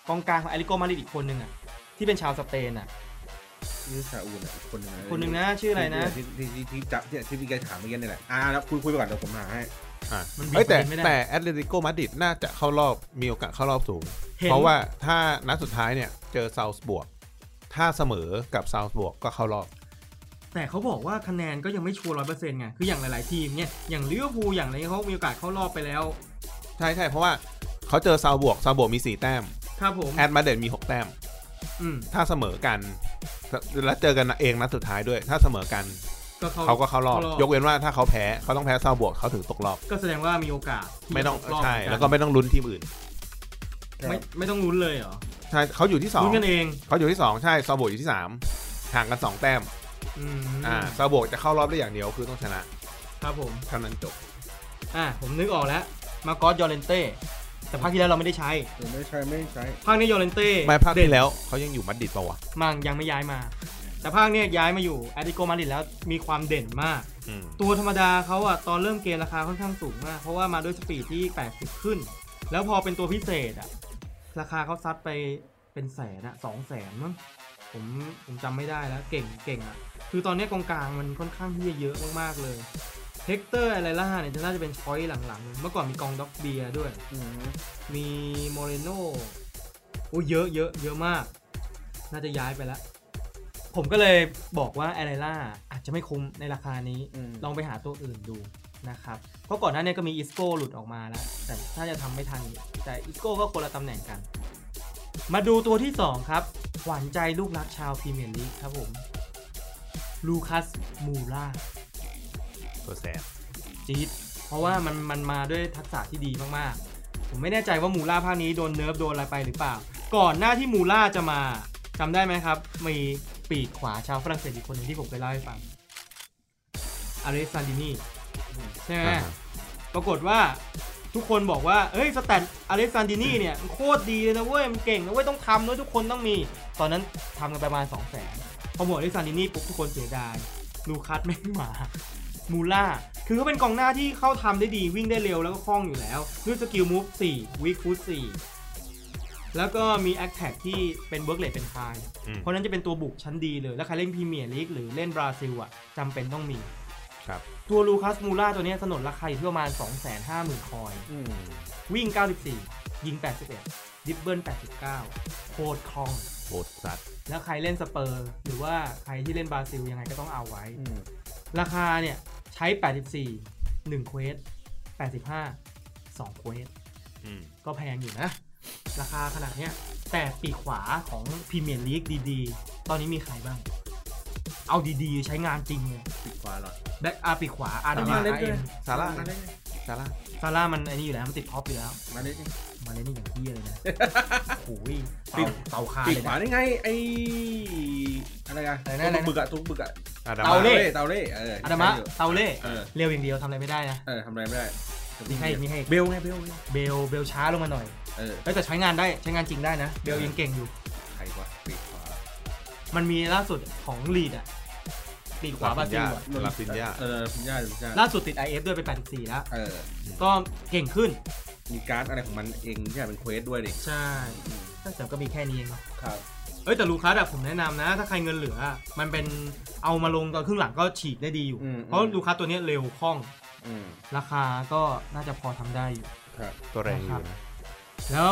[SPEAKER 2] กองกลางของแอริโกมาริดอีกคนนึงอ่ะ ที่เป็นชาวสเปนอ่ะ
[SPEAKER 4] นี่ซาอูลอ่ะอีกคนหนึง
[SPEAKER 2] คนหนึ่งนะชื่ออะไรนะ
[SPEAKER 4] ที่ที่ที่ที่จับที่ที่พี่แกถามเมื่อกี้นี่แหละอ่ะแล้วคุยคุยไปก่อนเดี๋ยวผมหาให้
[SPEAKER 3] อ่ะ
[SPEAKER 2] มันบีบ
[SPEAKER 3] เอ้ยแต่
[SPEAKER 2] ประเด็นไม่ได้
[SPEAKER 3] แต่แอตเลติโกมาดริดน่าจะเข้ารอบมีโอกาสเข้ารอบสูง
[SPEAKER 2] เห็น
[SPEAKER 3] เพราะว่าถ้านัดสุดท้ายเนี่ย เจอซาวส์บวก ถ้าเสมอกับซาวส์บวกก็เข้ารอบ
[SPEAKER 2] แต่เขาบอกว่าคะแนนก็ยังไม่ชัวร์ร้อยเปอร์เซ็นต์ไง คืออย่างหลายๆทีมเนี่ยอย่างลิเวอร์พูลอย่างอะไรเงี้ยเขามีโอกาสเข้ารอบไปแล้ว
[SPEAKER 3] ใช่ใช่เพราะว่าเขาเจอซาวส์บวกซาวส์บวกมี 4 แต้ม
[SPEAKER 2] ครับผม
[SPEAKER 3] แอตมาดริดมี 6 แต้ม
[SPEAKER 2] อืม
[SPEAKER 3] ถ้าเสมอกัน แล้วเจอกันเองนัดสุดท้ายด้วย ถ้าเสมอกัน
[SPEAKER 2] ก็เขา
[SPEAKER 3] เขาก็เข้ารอบ
[SPEAKER 2] เข้ารอบ
[SPEAKER 3] ยกเว้นว่าถ้าเขาแพ้เขาต้องแพ้ซาวส์บวกเขาถึงตกรอบ
[SPEAKER 2] ก็แสดงว่ามีโอกาสที่
[SPEAKER 3] ไม่ต้อง
[SPEAKER 2] จะตรบ
[SPEAKER 3] ใช่
[SPEAKER 2] เหมือนน
[SPEAKER 3] แล้วก็ไม่ต้องลุ้นทีมอื่น
[SPEAKER 2] ไม่ไม่ต้องลุ้นเลยเหรอ
[SPEAKER 3] ใช่เขาอยู่ที่สอง
[SPEAKER 2] ลุ้นกันเอง
[SPEAKER 3] เขาอยู่ที่ 2 ใช่ซาโบอยู่ที่ 3 ห่างกัน 2 แต้ม
[SPEAKER 2] อืม
[SPEAKER 3] อ่าซาโบจะเข้ารอบได้อย่างเดียวคือต้องชนะครับ
[SPEAKER 2] ผม
[SPEAKER 3] เท่านั้นจบ
[SPEAKER 2] อ่าผมนึกออกแล้วมาร์กอสยอเรนเต้แต่ภาคที่แล้วเราไม่ได้ใช้
[SPEAKER 4] เออไม่ใช่ไม่ใช่
[SPEAKER 2] ภาคนี้ยอเรนเต้
[SPEAKER 3] ไม่พลาดที่แล้วเขายังอยู่มัดดิดปะวะ
[SPEAKER 2] มันยังไม่ย้ายมา แต่ภาคเนี้ยย้ายมาอยู่แอตติโกมาดริดแล้วมีความเด่นมาก
[SPEAKER 3] อืม
[SPEAKER 2] ตัวธรรมดาเขาอะตอนเริ่มเกมราคาค่อนข้างสูงมาก เพราะว่ามาด้วยสปีดที่ 80 ขึ้น แล้วพอเป็นตัวพิเศษอะราคาเขาซัดไปเป็นแสนอะสองแสนมั้งผมผมจำไม่ได้แล้วเก่งเก่งอะคือตอนเนี้ยกองกลางมันค่อนข้างที่จะเยอะมากๆเลยเฮกเตอร์อะไรล่าเนี่ยจะน่าจะเป็นช้อยหลังๆ เมื่อก่อนมีกองด็อกเบียร์ด้วย
[SPEAKER 4] อืม
[SPEAKER 2] มีโมเรโนโอ้เยอะเยอะเยอะมาก น่าจะย้ายไปแล้ว ผมก็เลยบอกว่าแอร e ล่าอาจจะไม่คุ้มในราคานี้
[SPEAKER 4] อืม
[SPEAKER 2] ลองไปหาตัวอื่นดูนะครับ เพราะก่อนหน้านี้ก็มีอีสโก้หลุดออกมาแล้ว แต่ถ้าจะทำไม่ทัน แต่อีสโก้ก็คนละตำแหน่งกัน มาดูตัวที่ 2 ครับ หวานใจลูกรักชาวพรีเมียร์ลีกครับผม ลูคัสมูล่า
[SPEAKER 3] ตัวแสบ
[SPEAKER 2] จี๊ดเพราะว่ามันมันมาด้วยทักษะที่ดีมากๆ ผมไม่แน่ใจว่ามูล่าภาคนี้โดนเนิร์ฟโดนอะไรไปหรือเปล่า ก่อนหน้าที่มูล่าจะมาจำได้ไหมครับ มีปีกขวาชาวฝรั่งเศสอีกคนหนึ่งที่ผมเคยเล่าให้ฟังอาริซันดินีใช่ไหมปรากฏว่าทุกคนบอกว่า เอ้ยสแตทอาริซันดินีเนี่ยมันโคตรดีเลยนะเว้ย มันเก่งนะเว้ยต้องทำนะทุกคนต้องมี ตอนนั้นทำกันประมาณ2 0 0แสนพอหมดอาริซันดินีปุ๊บทุกคนเสียดาย ลูคัสไม่มา มูล่า คือเขาเป็นกองหน้าที่เข้าทำได้ดีวิ่งได้เร็วแล้วก็คล่องอยู่แล้ว ด้วยสกิลมูฟ4วิกฟูด4แล้วก็มีแอคแท็กที่เป็นเบิร์กเลดเป็นคาย
[SPEAKER 3] อืม
[SPEAKER 2] เพราะฉะนั้นจะเป็นตัวบุกชั้นดีเลย แล้วใครเล่นพรีเมียร์ลีกหรือเล่นบราซิลอ่ะจำเป็นต้องมี
[SPEAKER 3] ครับ
[SPEAKER 2] ตัวลูคัสมูล่าตัวเนี้ยสนนราคาอยู่ที่ประมาณ 250,000 คอย
[SPEAKER 4] อืม
[SPEAKER 2] วิ่ง 94 ยิง 81 ดิบเบิล89 โคตรคล่อง
[SPEAKER 3] โหดสัตว์
[SPEAKER 2] แล้วใครเล่นสเปอร์ หรือว่าใครที่เล่นบราซิลยังไงก็ต้องเอาไว้
[SPEAKER 4] อืม
[SPEAKER 2] ราคาเนี่ยใช้ 84 1เควส85 2เควส
[SPEAKER 3] อืม
[SPEAKER 2] ก็แพงอยู่นะ ราคาขนาดเนี้ยแต่ปีกขวาของพรีเมียร์ลีกดีๆ ตอนนี้มีใครบ้าง เอาดีๆ ใช้งานจริงเลย
[SPEAKER 4] ปิดฟ้าเหรอ
[SPEAKER 2] แบ็กอาปีกขวาอาร์
[SPEAKER 4] สา
[SPEAKER 2] ดา
[SPEAKER 4] ร่า
[SPEAKER 2] มา
[SPEAKER 4] เล่น
[SPEAKER 2] อา
[SPEAKER 4] ด้
[SPEAKER 2] เอ็
[SPEAKER 4] วย
[SPEAKER 2] ม
[SPEAKER 3] ซาร่า
[SPEAKER 4] มาได้ไง
[SPEAKER 3] ซาร่า
[SPEAKER 2] ซาร่ามันไอ้นี่อยู่แล้ว มันติดท็อปอยู่แล้ว
[SPEAKER 4] มาได้ไง
[SPEAKER 2] มาเล่นนี่อย่างที่เลยนะ โอ้ยเตาเตาคา
[SPEAKER 4] ปิด
[SPEAKER 2] เลย
[SPEAKER 4] ขวา
[SPEAKER 2] นะ
[SPEAKER 4] ได้ไงไออะไรอะ
[SPEAKER 2] อะไรนะอะไรนะ
[SPEAKER 4] ตัวบึกอะตัวบึกอะ
[SPEAKER 3] อาดา
[SPEAKER 2] เตาเล่
[SPEAKER 3] มา
[SPEAKER 4] เตาเล่เออ
[SPEAKER 2] อา
[SPEAKER 4] อา
[SPEAKER 2] ร์ดามาเตาเล่
[SPEAKER 4] เออ
[SPEAKER 2] เร็วอย่างเดียวทำอะไรไม่ได้นะ
[SPEAKER 4] เออทำอะไรไม่ได้
[SPEAKER 2] มีให้อีกมีให้อีก
[SPEAKER 4] เบลไงเบลไง
[SPEAKER 2] เบลเบลช้าลงมาหน่อย
[SPEAKER 4] เออ
[SPEAKER 2] เอ้ยแต่ใช้งานได้ใช้งานจริงได้นะ เบลยังเก่งอยู่
[SPEAKER 4] ใครวะปิดขวา
[SPEAKER 2] มันมีล่าสุดของลีดอะลีดขวาบราซิลอะ
[SPEAKER 3] ลาฟินยา
[SPEAKER 4] เออพิญญาพิญญา
[SPEAKER 2] ล่าสุดติด IF ด้วยเป็น 84 แล้ว
[SPEAKER 4] เออ
[SPEAKER 2] ก็เก่งขึ้น
[SPEAKER 4] มีการ์ดอะไรของมันเองที่เป็นเควสด้วยดิ
[SPEAKER 2] ใช่ แต่ก็มีแค่นี้เองเนาะ
[SPEAKER 4] ครับ
[SPEAKER 2] เอ้ยแต่ลูคัสอะผมแนะนำนะ ถ้าใครเงินเหลืออะมันเป็นเอามาลงตอนครึ่งหลังก็ฉีกได้ดีอยู่
[SPEAKER 4] อืม
[SPEAKER 2] เพราะลูคัสตัวเนี้ยเร็วคล่อง
[SPEAKER 4] อืม
[SPEAKER 2] ราคาก็น่าจะพอทำได้อยู่
[SPEAKER 4] ครับ
[SPEAKER 3] ก็แรงอยู่นะ
[SPEAKER 2] แล้ว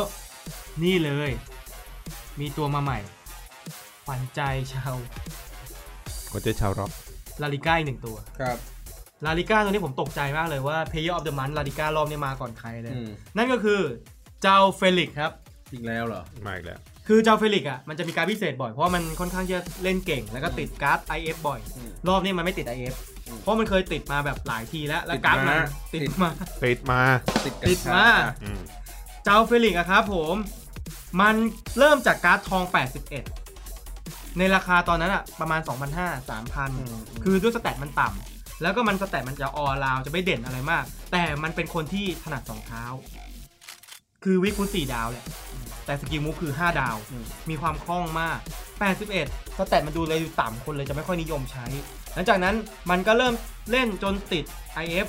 [SPEAKER 2] นี่เลย มีตัวมาใหม่ขวัญใจชาว
[SPEAKER 3] คนเจอชาวร็อก
[SPEAKER 2] ลาลิก้าอีกหนึ่งตัว
[SPEAKER 4] ครับ
[SPEAKER 2] ลาลิก้าตัวนี้ผมตกใจมากเลยว่า Player of the Month ลาลิก้ารอบนี้มาก่อนใครเลย
[SPEAKER 4] อืม
[SPEAKER 2] นั่นก็คือเจ้าเฟลิกครับ
[SPEAKER 4] จริงแล้วเหรอ
[SPEAKER 3] มาอีกแล้ว
[SPEAKER 2] คือเจ้าเฟลิกอ่ะมันจะมีการดพิเศษบ่อย เพราะว่ามันค่อนข้างจะเล่นเก่ง แล้วก็ติดการ์ด IF บ่อย
[SPEAKER 4] อืม
[SPEAKER 2] รอบนี้มันไม่ติด IF
[SPEAKER 4] อืม
[SPEAKER 2] เพราะมันเคยติดมาแบบหลายทีแล้ว แล้ว
[SPEAKER 4] ติด
[SPEAKER 2] การ์ดมัน
[SPEAKER 4] ม้า
[SPEAKER 2] ติดมา
[SPEAKER 3] ติดมา
[SPEAKER 4] ติดกัน
[SPEAKER 2] ติด
[SPEAKER 4] ช้
[SPEAKER 2] มา
[SPEAKER 4] อ่ะ
[SPEAKER 3] อืม
[SPEAKER 2] เจ้าเฟลิกอะครับผม มันเริ่มจากการ์ดทอง 81 ในราคาตอนนั้นอะประมาณ 2,500
[SPEAKER 4] อืม
[SPEAKER 2] 3,000 คือด้วยสแตทมันต่ำแล้วก็มันสแตทมันจะออราวจะไม่เด่นอะไรมาก แต่มันเป็นคนที่ถนัดสองเท้า คือวิคุณสี่ดาวแหละ แต่สกิลมูฟคือ 5 ดาว
[SPEAKER 4] อืม
[SPEAKER 2] มีความคล่องมาก 81 สแตทมันดูเลยดูต่ำคนเลยจะไม่ค่อยนิยมใช้ หลังจากนั้นมันก็เริ่มเล่นจนติด IF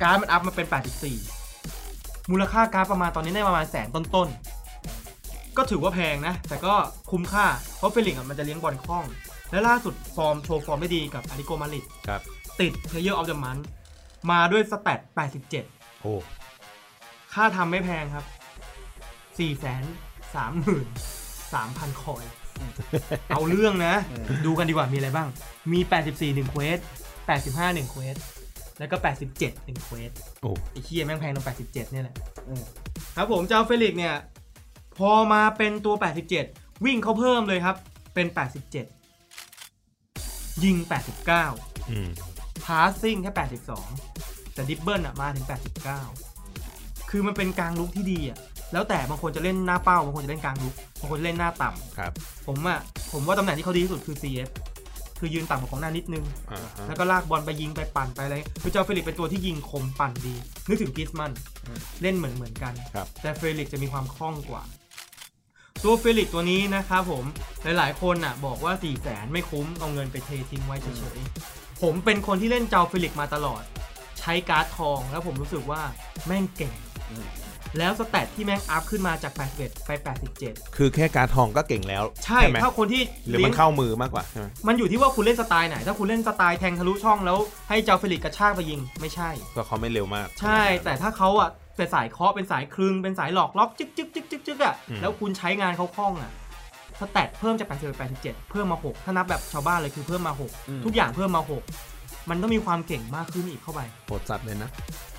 [SPEAKER 2] การ์ดมันอัพมาเป็น 84 มูลค่าการ์ดประมาณตอนนี้ได้ประมาณแสนต้นๆ ก็ถือว่าแพงนะ แต่ก็คุ้มค่า เพราะเฟลิงก์อะมันจะเลี้ยงบอลคล่อง และล่าสุดฟอร์มโชว์ฟอร์มได้ดีกับอาริโกมาริด
[SPEAKER 3] ครับ
[SPEAKER 2] ติด Player of the Month มาด้วยสแตท87
[SPEAKER 3] โอ้
[SPEAKER 2] ค่าทำไม่แพงครับ 4 3 0 0 0 3,000 คอย เอาเรื่องนะ ดูกันดีกว่ามีอะไรบ้าง มี 84 1เควส85 1เควสแล้วก็ 87 1เควส
[SPEAKER 3] โอ้
[SPEAKER 2] ไอ้เคียแม่งแพงตรง 87 เนี่ยแหละ
[SPEAKER 4] อืม
[SPEAKER 2] ครับผมเจ้าเฟลิกซ์เนี่ย พอมาเป็นตัว 87 วิ่งเขาเพิ่มเลยครับ เป็น 87 ยิง 89
[SPEAKER 3] อืม
[SPEAKER 2] พาสซิ่งแค่ 82 แต่ดิบเบิลอ่ะมาถึง 89 คือมันเป็นกลางลุกที่ดีอ่ะ แล้วแต่บางคนจะเล่นหน้าเป้า บางคนจะเล่นกลางลุก บางคนเล่นหน้าต่ำ
[SPEAKER 3] ครับ
[SPEAKER 2] ผมอ่ะ ผมว่าตำแหน่งที่เขาดีที่สุดคือ CF คือยืนต่ำกว่าของหน้านิดนึง
[SPEAKER 3] อ่าฮะ
[SPEAKER 2] แล้วก็ลากบอลไปยิงไปปั่นไปอะไรคือเจ้าเฟลิกซ์เป็นตัวที่ยิงคมปั่นดี นึกถึงกริสมัน เล่นเหมือนเหมือนๆกัน
[SPEAKER 3] ครับ
[SPEAKER 2] แต่เฟลิกซ์จะมีความคล่องกว่า ตัวเฟลิกซ์ตัวนี้นะครับผม หลายๆ คนน่ะบอกว่า 4 0 0แสนไม่คุ้ม เอาเงินไปเททิ้งไว้เฉยๆ ผมเป็นคนที่เล่นเจ้าเฟลิกซ์มาตลอด ใช้การ์ดทองแล้วผมรู้สึกว่าแม่งเก่ง
[SPEAKER 4] อืม
[SPEAKER 2] แล้วสแตทที่แม่งอัพขึ้นมาจาก 81 ไป 87
[SPEAKER 3] คือแค่การดทองก็เก่งแล้ว
[SPEAKER 2] ใช่
[SPEAKER 3] ไหม
[SPEAKER 2] ถ้าคนที่
[SPEAKER 3] หรือ
[SPEAKER 2] เลี้
[SPEAKER 3] มั
[SPEAKER 2] ย
[SPEAKER 3] น
[SPEAKER 2] ง
[SPEAKER 3] เข้ามือมากกว่าใช่ไหม
[SPEAKER 2] มันอยู่ที่ว่าคุณเล่นสไตล์ไหน ถ้าคุณเล่นสไตล์แทงทะลุช่องแล้วให้เจ้าเฟลิกซ์กระชากไปยิงไม่ใช่
[SPEAKER 3] ก็เขาไม่เร็วมาก
[SPEAKER 2] ใช่ แต่ถ้าเขาอ่ะเป็นสายเคาะเป็นสายคลึงเป็นสายหลอกล็อกจึ๊กจึ๊กจึ๊กจึ๊กจึ๊กอ่ะ
[SPEAKER 3] อืม
[SPEAKER 2] แล้วคุณใช้งานเขาคล่องอ่ะ สแตทเพิ่มจาก80เป็น87 เพิ่มมา 6 ถ้านับแบบชาวบ้านเลยคือเพิ่มมา
[SPEAKER 4] อืม
[SPEAKER 2] 6 ทุกอย่างเพิ่มมา 6 มันต้องมีความเก่งมากขึ้นอีกเข้าไป
[SPEAKER 3] โหดสัตว์เลยนะ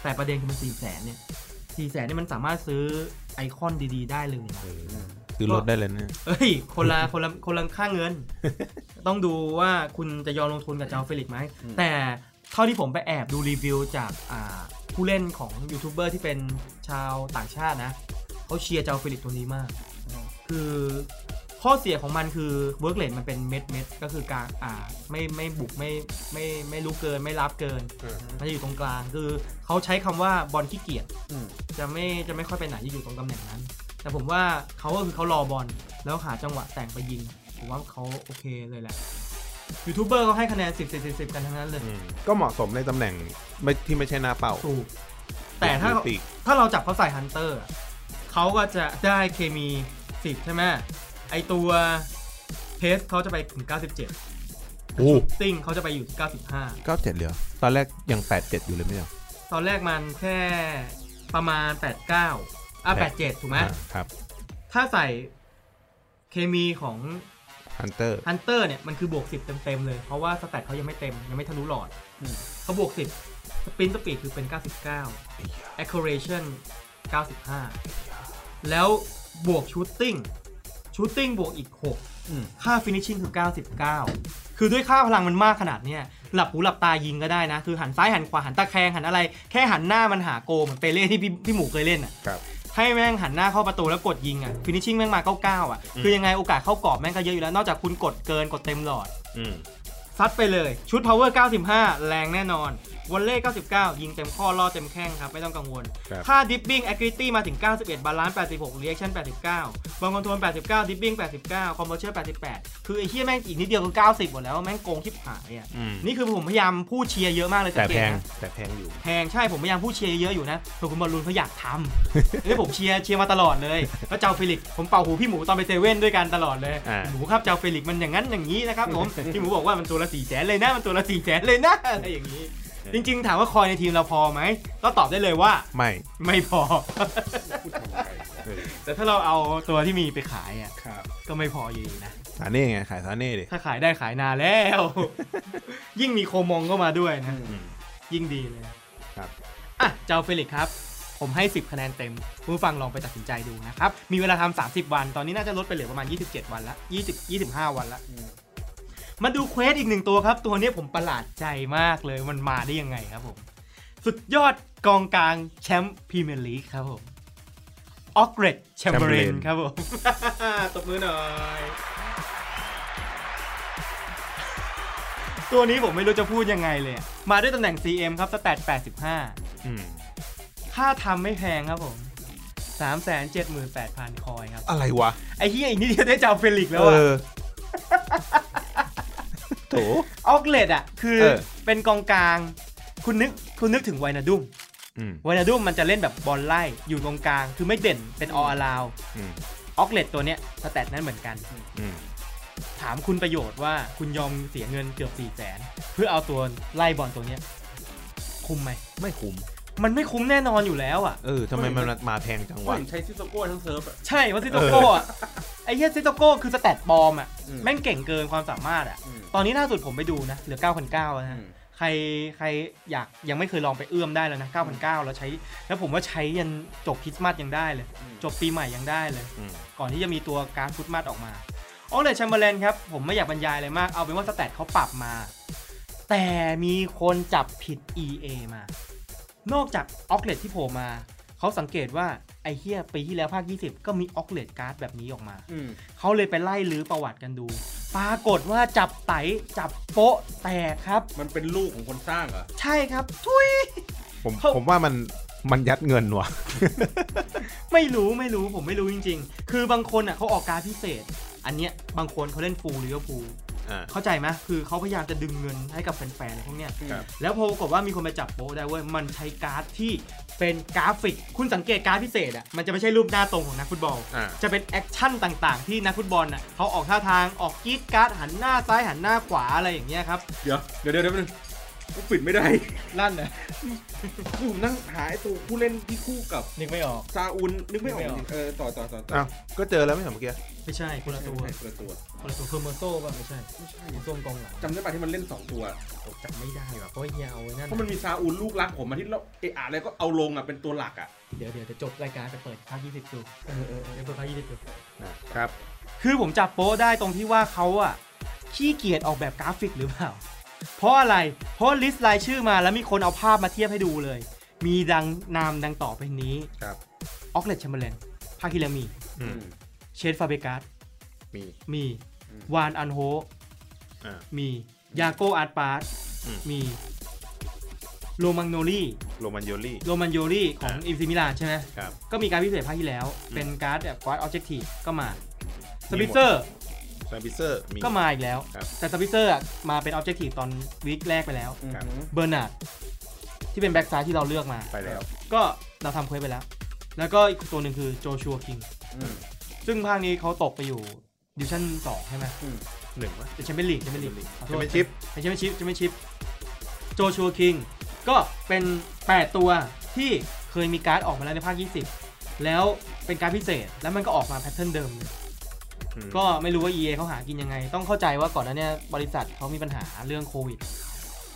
[SPEAKER 2] แต่ประเด็นคือมัน4 0 0 0 0เนี่ย4 0 0 0 0เนี่ยมันสามารถซื้อไอคอนดีๆ ได้เลยนะ
[SPEAKER 3] ซื้อรถได้เลยนะ
[SPEAKER 2] เอ้ยคนละคนละคนละค่าเงิน ต้องดูว่าคุณจะยอมลงทุนกับเจ้าเฟลิกซ์ไหม
[SPEAKER 4] อืม
[SPEAKER 2] แต่เท่าที่ผมไปแอบดูรีวิวจากอ่าผู้เล่นของยูทูบเบอร์ที่เป็นชาวต่างชาตินะเขาเชียร์เจ้าเฟลิกซ์ตัวนี้มาก คือข้อเสียของมันคือเวิร์กเลนมันเป็นเม็ดเม็ดๆก็คือการอ่าไม่ไม่บุกไม่ไม่ไม่รู้เกินไม่รับเกิน มันจะอยู่ตรงกลางคือเขาใช้คำว่าบอลขี้เกียจ
[SPEAKER 4] อืม
[SPEAKER 2] จะไม่จะไม่ค่อยไปไหนจะอยู่ตรงตำแหน่งนั้น แต่ผมว่าเขาก็คือเขารอบอลแล้วหาจังหวะแต่งไปยิง ผมว่าเขาโอเคเลยแหละยูทูบเบอร์ก็ให้คะแนน 10 10 10 10 กันทั้งนั้นเลย
[SPEAKER 3] ก็เหมาะสมในตำแหน่งไม่ที่ไม่ใช่หน้าเป่า
[SPEAKER 2] ถูกแต่ถ้า
[SPEAKER 3] หรือปีก
[SPEAKER 2] ถ้าเราจับเขาใส่ฮันเตอร์เขาก็จะได้เคมี 10 ใช่ไหมไอตัวเพสเขาจะไปถึง 97
[SPEAKER 3] โอ้
[SPEAKER 2] ติ้งเขาจะไปอยู่ที่ 95
[SPEAKER 3] เก้าเจ็ดเหลือ ตอนแรกยังแปดเจ็ดอยู่เลยไม่ใช่เหรอ
[SPEAKER 2] ตอนแรกมันแค่ประมาณ 89อ่ะ
[SPEAKER 3] แปด
[SPEAKER 2] 87 ถูกไหม
[SPEAKER 3] อ่าครับ
[SPEAKER 2] ถ้าใส่เคมีของ
[SPEAKER 3] ฮันเตอร์
[SPEAKER 2] ฮันเตอร์เนี่ย มันคือบวก 10 เต็ม ๆ เลย เพราะว่าสแตทเขายังไม่เต็ม ยังไม่ทะลุหลอด
[SPEAKER 4] อืม
[SPEAKER 2] เขาบวก 10 สปินสปีดคือเป็น 99 acceleration 95 แล้วบวกชูตติ้งชูตติ้งบวกอีก 6
[SPEAKER 4] อืม
[SPEAKER 2] ค่าฟินิชชิ่งคือ 99 คือด้วยค่าพลังมันมากขนาดเนี้ยหลับหูหลับตายิงก็ได้นะ คือหันซ้ายหันขวาหันตะแคงหันอะไร แค่หันหน้ามันหาโกลเหมือนเปเล่ที่พี่พี่หมูเคยเล่นอ่ะ
[SPEAKER 3] ครับ
[SPEAKER 2] ให้แม่งหันหน้าเข้าประตูแล้วกดยิงอ่ะฟินิชชิ่งแม่งมา 99 อ่ะ คือยังไงโอกาสเข้ากรอบแม่งก็เยอะอยู่แล้ว นอกจากคุณกดเกินกดเต็มหลอด
[SPEAKER 3] อืม
[SPEAKER 2] ซัดไปเลย ชุด power 95 แรงแน่นอนวอลเล่99 ยิงเต็มข้อล่อเต็มแข้งครับ ไม่ต้องกังวล
[SPEAKER 3] ครับ
[SPEAKER 2] ค่าดิฟบิ้ง agility มาถึง 91 บาลานซ์86 reaction 89 บอลคอนโทรล89 ดิฟบิ้ง89 คอมเ e อร์เชอร์88 คือไอ้เหี้ยแม่งอีกนิดเดียวก็90 หมดแล้ว แม่งโกงชิบหายอ่ะ
[SPEAKER 3] อืม
[SPEAKER 2] นี่คือผมพยายามพูดเชียร์เยอะมากเลย
[SPEAKER 3] แต่
[SPEAKER 2] สังเก
[SPEAKER 3] แพ
[SPEAKER 2] ต
[SPEAKER 3] ง
[SPEAKER 2] นะ
[SPEAKER 3] แต่แพงอยู่
[SPEAKER 2] แพงใช่ผมพยายามพูดเชียร์เยอะอยู่นะแต่คุณบอลลูนเขาอยากทำ เอ้ยผมเชียร์เชียร์มาตลอดเลยแล้วเจ้าเฟลิกซ์ผมเป่าหูพี่หมูตอนไปเซเว่นด้วยกันตลอดเลย
[SPEAKER 3] อ่า
[SPEAKER 2] หมูครับเจ้าเฟลิกซ์มันอย่างนั้นอย่างนี้นะครับผม พี่หมูบอกว่ามันตัวละสี่แสนเลยนะมันตัวละสี่แสนเลยนะอะไรอย่างนี้ จริง ๆ ถามว่าคอยในทีมเราพอไหมก็ตอบได้เลยว่า
[SPEAKER 3] ไม่
[SPEAKER 2] ไม่พอ แต่ถ้าเราเอาตัวที่มีไปขายอ่ะ
[SPEAKER 4] ครับ
[SPEAKER 2] ก็ไม่พออยู่ดีนะ
[SPEAKER 3] สาเน่ไง ขายสาเน่ดิ
[SPEAKER 2] ถ้าขายได้ขายนานแล้ว ยิ่งมีโคมองก็มาด้วยนะ
[SPEAKER 4] อืม
[SPEAKER 2] ยิ่งดีเลย
[SPEAKER 3] ครับ
[SPEAKER 2] อ่ะเจ้าเฟลิกซ์ครับ ผมให้ 10 คะแนนเต็ม ผู้ฟังลองไปตัดสินใจดูนะครับ มีเวลาทำ30 วัน ตอนนี้น่าจะลดไปเหลือประมาณ 27 วันละ20 25 วันละ มาดูเควสอีกหนึ่งตัวครับ ตัวนี้ผมประหลาดใจมากเลยมันมาได้ยังไงครับผม สุดยอดกองกลางแชมป์พรีเมียร์ลีกครับผมออกเรดแชมเบรน
[SPEAKER 3] Chamberlain
[SPEAKER 2] ครับผม ตบมือหน่อย ตัวนี้ผมไม่รู้จะพูดยังไงเลยอะมาด้วยตำแหน่ง CM ครับสแตท85
[SPEAKER 3] อืม
[SPEAKER 2] ค่าทำไม่แพงครับผม 378,000 คอยครับ
[SPEAKER 3] อะไรวะ
[SPEAKER 2] ไอ้เฮียอีกนิดเดียวได้เจ้าเฟลิกซ์แล้ว
[SPEAKER 3] เอ
[SPEAKER 2] อะ
[SPEAKER 3] อ โถ
[SPEAKER 2] ออกเลตอ่ะคือ
[SPEAKER 3] เออ
[SPEAKER 2] เป็นกองกลาง คุณนึกคุณนึกถึงไวนาดุม
[SPEAKER 3] อืม
[SPEAKER 2] ไวนาดุมมันจะเล่นแบบบอลไล่อยู่ตรงกลาง คือไม่เด่นเป็นออลาว
[SPEAKER 3] อืม
[SPEAKER 2] ออกเลตตัวเนี้ยสแตทนั้นเหมือนกัน
[SPEAKER 3] อืม
[SPEAKER 2] ถามคุณประโยชน์ว่าคุณยอมเสียเงินเกือบ4ี่แสนเพื่อเอาตัวไล่บอลตัวเนี้ยคุ้มไหม
[SPEAKER 3] ไม่คุ้ม
[SPEAKER 2] มันไม่คุ้มแน่นอนอยู่แล้วอ่ะ
[SPEAKER 3] เออทำไมมันมาแพงจัง
[SPEAKER 4] ว่าว
[SPEAKER 3] ะ
[SPEAKER 4] ใช้ซิโซโก้ทั้งเซิร์ฟอะ
[SPEAKER 2] ใช่ว่าซิโตโก้อะไอ้เฮียซิโตโก้คือสแตทบอมอ่ะ
[SPEAKER 4] อืม
[SPEAKER 2] แม่งเก่งเกินความสามารถอ่ะ
[SPEAKER 4] อืม
[SPEAKER 2] ตอนนี้ล่าสุดผมไปดูนะเหลือ 9 9 0 0นะฮะ
[SPEAKER 4] อืม
[SPEAKER 2] ใครใครอยากยังไม่เคยลองไปเอื้อมได้แล้วนะ 9,900 แล้วใช้ แล้วผมว่าใช้ยันจบคริสต์มาสยังได้เลย
[SPEAKER 4] อืม
[SPEAKER 2] จบปีใหม่ยังได้เลย
[SPEAKER 3] อืม
[SPEAKER 2] ก่อนที่จะมีตัวการดคริสต์มาสออกมาออเลชัมเบอร์เลนครับ ผมไม่อยากบรรยายอะไรมาก เอาเป็นว่าสแตทเขาปรับมา แต่มีคนจับผิด EA มา นอกจากออกเลตที่โผล่มา เขาสังเกตว่า ไอเฮียปีที่แล้วภาค 20 ก็มีออกเลตการ์ดแบบนี้ออกมา
[SPEAKER 4] อืม
[SPEAKER 2] เขาเลยไปไล่ลื้อประวัติกันดู ปรากฏว่าจับไตจับโป๊ะแตกครับ
[SPEAKER 4] มันเป็นลูกของคนสร้างเหรอ
[SPEAKER 2] ใช่ครับทุย
[SPEAKER 3] ผม
[SPEAKER 2] เขา
[SPEAKER 3] ผมว่ามันมันยัดเงินว่ะ
[SPEAKER 2] ไม่รู้ไม่รู้ผมไม่รู้จริง ๆ คือบางคนอ่ะเขาออกการดพิเศษ อันเนี้ยบางคนเขาเล่นฟูลลิเวอร์พูล
[SPEAKER 3] อ่า
[SPEAKER 2] เข้าใจไหมคือเขาพยายามจะดึงเงินให้กับแฟนๆอะไรพวกเนี้ย
[SPEAKER 3] ครับ
[SPEAKER 2] แล้วพอปรากฏว่ามีคนมาจับโป๊ะได้เว้ยมันใช้การ์ดที่เป็นกราฟิก คุณสังเกตการ์ดพิเศษอ่ะมันจะไม่ใช่รูปหน้าตรงของนักฟุตบอล
[SPEAKER 3] อ่า
[SPEAKER 2] จะเป็นแอคชั่นต่างๆ ที่นักฟุตบอลอ่ะเขาออกท่าทางออกกรีดการ์ดหันหน้าซ้ายหันหน้าขวาอะไรอย่างเงี้ยครับ
[SPEAKER 4] เดี๋ยวเดี๋ยวเดี๋ยวแป๊บนึง กูปิดไม่ได้
[SPEAKER 2] ลั่นเลย
[SPEAKER 4] ผมนั่งหาไอ้ตัวผู้เล่นที่คู่กับ
[SPEAKER 2] นึกไม่ออก
[SPEAKER 4] ซาอุนนึกไม่ออก
[SPEAKER 2] นึกไม่อ
[SPEAKER 4] จ
[SPEAKER 2] อก
[SPEAKER 4] ริงๆเออต่อต่อต่อต่อ
[SPEAKER 3] อ้าวก็เจอแล้วไม่ใช่เมื่อกี้
[SPEAKER 2] ไม่ใช่คนละตัว
[SPEAKER 4] ใช่คนละตัว
[SPEAKER 2] คนละตัวเคอร์เมอร์โซ่ป่ะไม่ใช่
[SPEAKER 4] ไม่ใช่
[SPEAKER 2] เคอร์เมอร์โซ่กองหลัง
[SPEAKER 4] จำได้ป่ะที่มันเล่นสองตัว
[SPEAKER 2] ผมจำไม่ได้ว่ะเพราะว่าเฮียเอาไว้นั่น
[SPEAKER 4] เพราะมันมีซาอุนลูกรักผมมาที่เราเอะอะไรก็เอาลงอ่ะเป็นตัวหลักอ่ะ
[SPEAKER 2] เดี๋ยวเดี๋ยวจะจบรายการไปเปิดภาคยี่สิบดู
[SPEAKER 4] เออเออเออ
[SPEAKER 2] เดี๋ยวเปิดภาคยี่สิบดู
[SPEAKER 3] นะครับ
[SPEAKER 2] คือผมจับโป๊ได้ตรงที่ว่าเขาอะขี้เกียจออกแบบกราฟิกหรือเปล่า เพราะอะไร เพราะลิสต์รายชื่อมาแล้วมีคนเอาภาพมาเทียบให้ดูเลย มีดังนามดังต่อไปนี้
[SPEAKER 3] ครับ
[SPEAKER 2] ออกเลตแชมเบอร์เลนภาคที่แล้วมี
[SPEAKER 3] อืม
[SPEAKER 2] เชดฟาเบกัส
[SPEAKER 3] มี
[SPEAKER 2] มี
[SPEAKER 4] อืม
[SPEAKER 2] วานอันโฮ
[SPEAKER 3] อ่า
[SPEAKER 2] มียาโกอาร์ตปาร์ต
[SPEAKER 3] อืม
[SPEAKER 2] มีโรมังโนลี่
[SPEAKER 3] โรมันโยลี่
[SPEAKER 2] โรมันโยลี่ของ
[SPEAKER 3] อ่า
[SPEAKER 2] อิมซิมิลานใช่ไหม
[SPEAKER 3] ครับ
[SPEAKER 2] ก็มีการพิเศษภาคที่แล้ว
[SPEAKER 3] อืม
[SPEAKER 2] เป็นการ์ดแบบการ์ดออบเจกตีฟก็มาสปิเซอร์
[SPEAKER 3] ซาบิเซอร์มี
[SPEAKER 2] ก็มาอีกแล้ว
[SPEAKER 3] ครับ
[SPEAKER 2] แต่สปิเซอร์มาเป็นออบเจกตีฟตอนวีคแรกไปแล้ว
[SPEAKER 3] ครับ
[SPEAKER 4] อือหือ
[SPEAKER 2] เบอร์นาร์ดที่เป็นแบ็กซ้ายที่เราเลือกมา
[SPEAKER 3] ไปแล้ว
[SPEAKER 2] ก็เราทำเควสไปแล้ว แล้วก็อีกตัวหนึ่งคือโจชัวคิง
[SPEAKER 4] อืม
[SPEAKER 2] ซึ่งภาคนี้เขาตกไปอยู่ดิวชั่น2ใช่ไหม
[SPEAKER 3] หนึ่งวะ
[SPEAKER 2] เป็นแชมเปี้ยนลีกแชมเปี้ยนลีก
[SPEAKER 3] Champions
[SPEAKER 2] เป็นแชมเปี้ยนชิพแชมเปี้ยนชิพโจชัวคิงก็เป็น 8 ตัวที่เคยมีการ์ดออกมาแล้วในภาค 20 แล้วเป็นการดพิเศษแล้วมันก็ออกมาแพทเทิร์นเดิมเลย
[SPEAKER 3] อืม
[SPEAKER 2] ก็ไม่รู้ว่า EA เขาหากินยังไง ต้องเข้าใจว่าก่อนหน้าเนี้บริษัทเขามีปัญหาเรื่องโควิด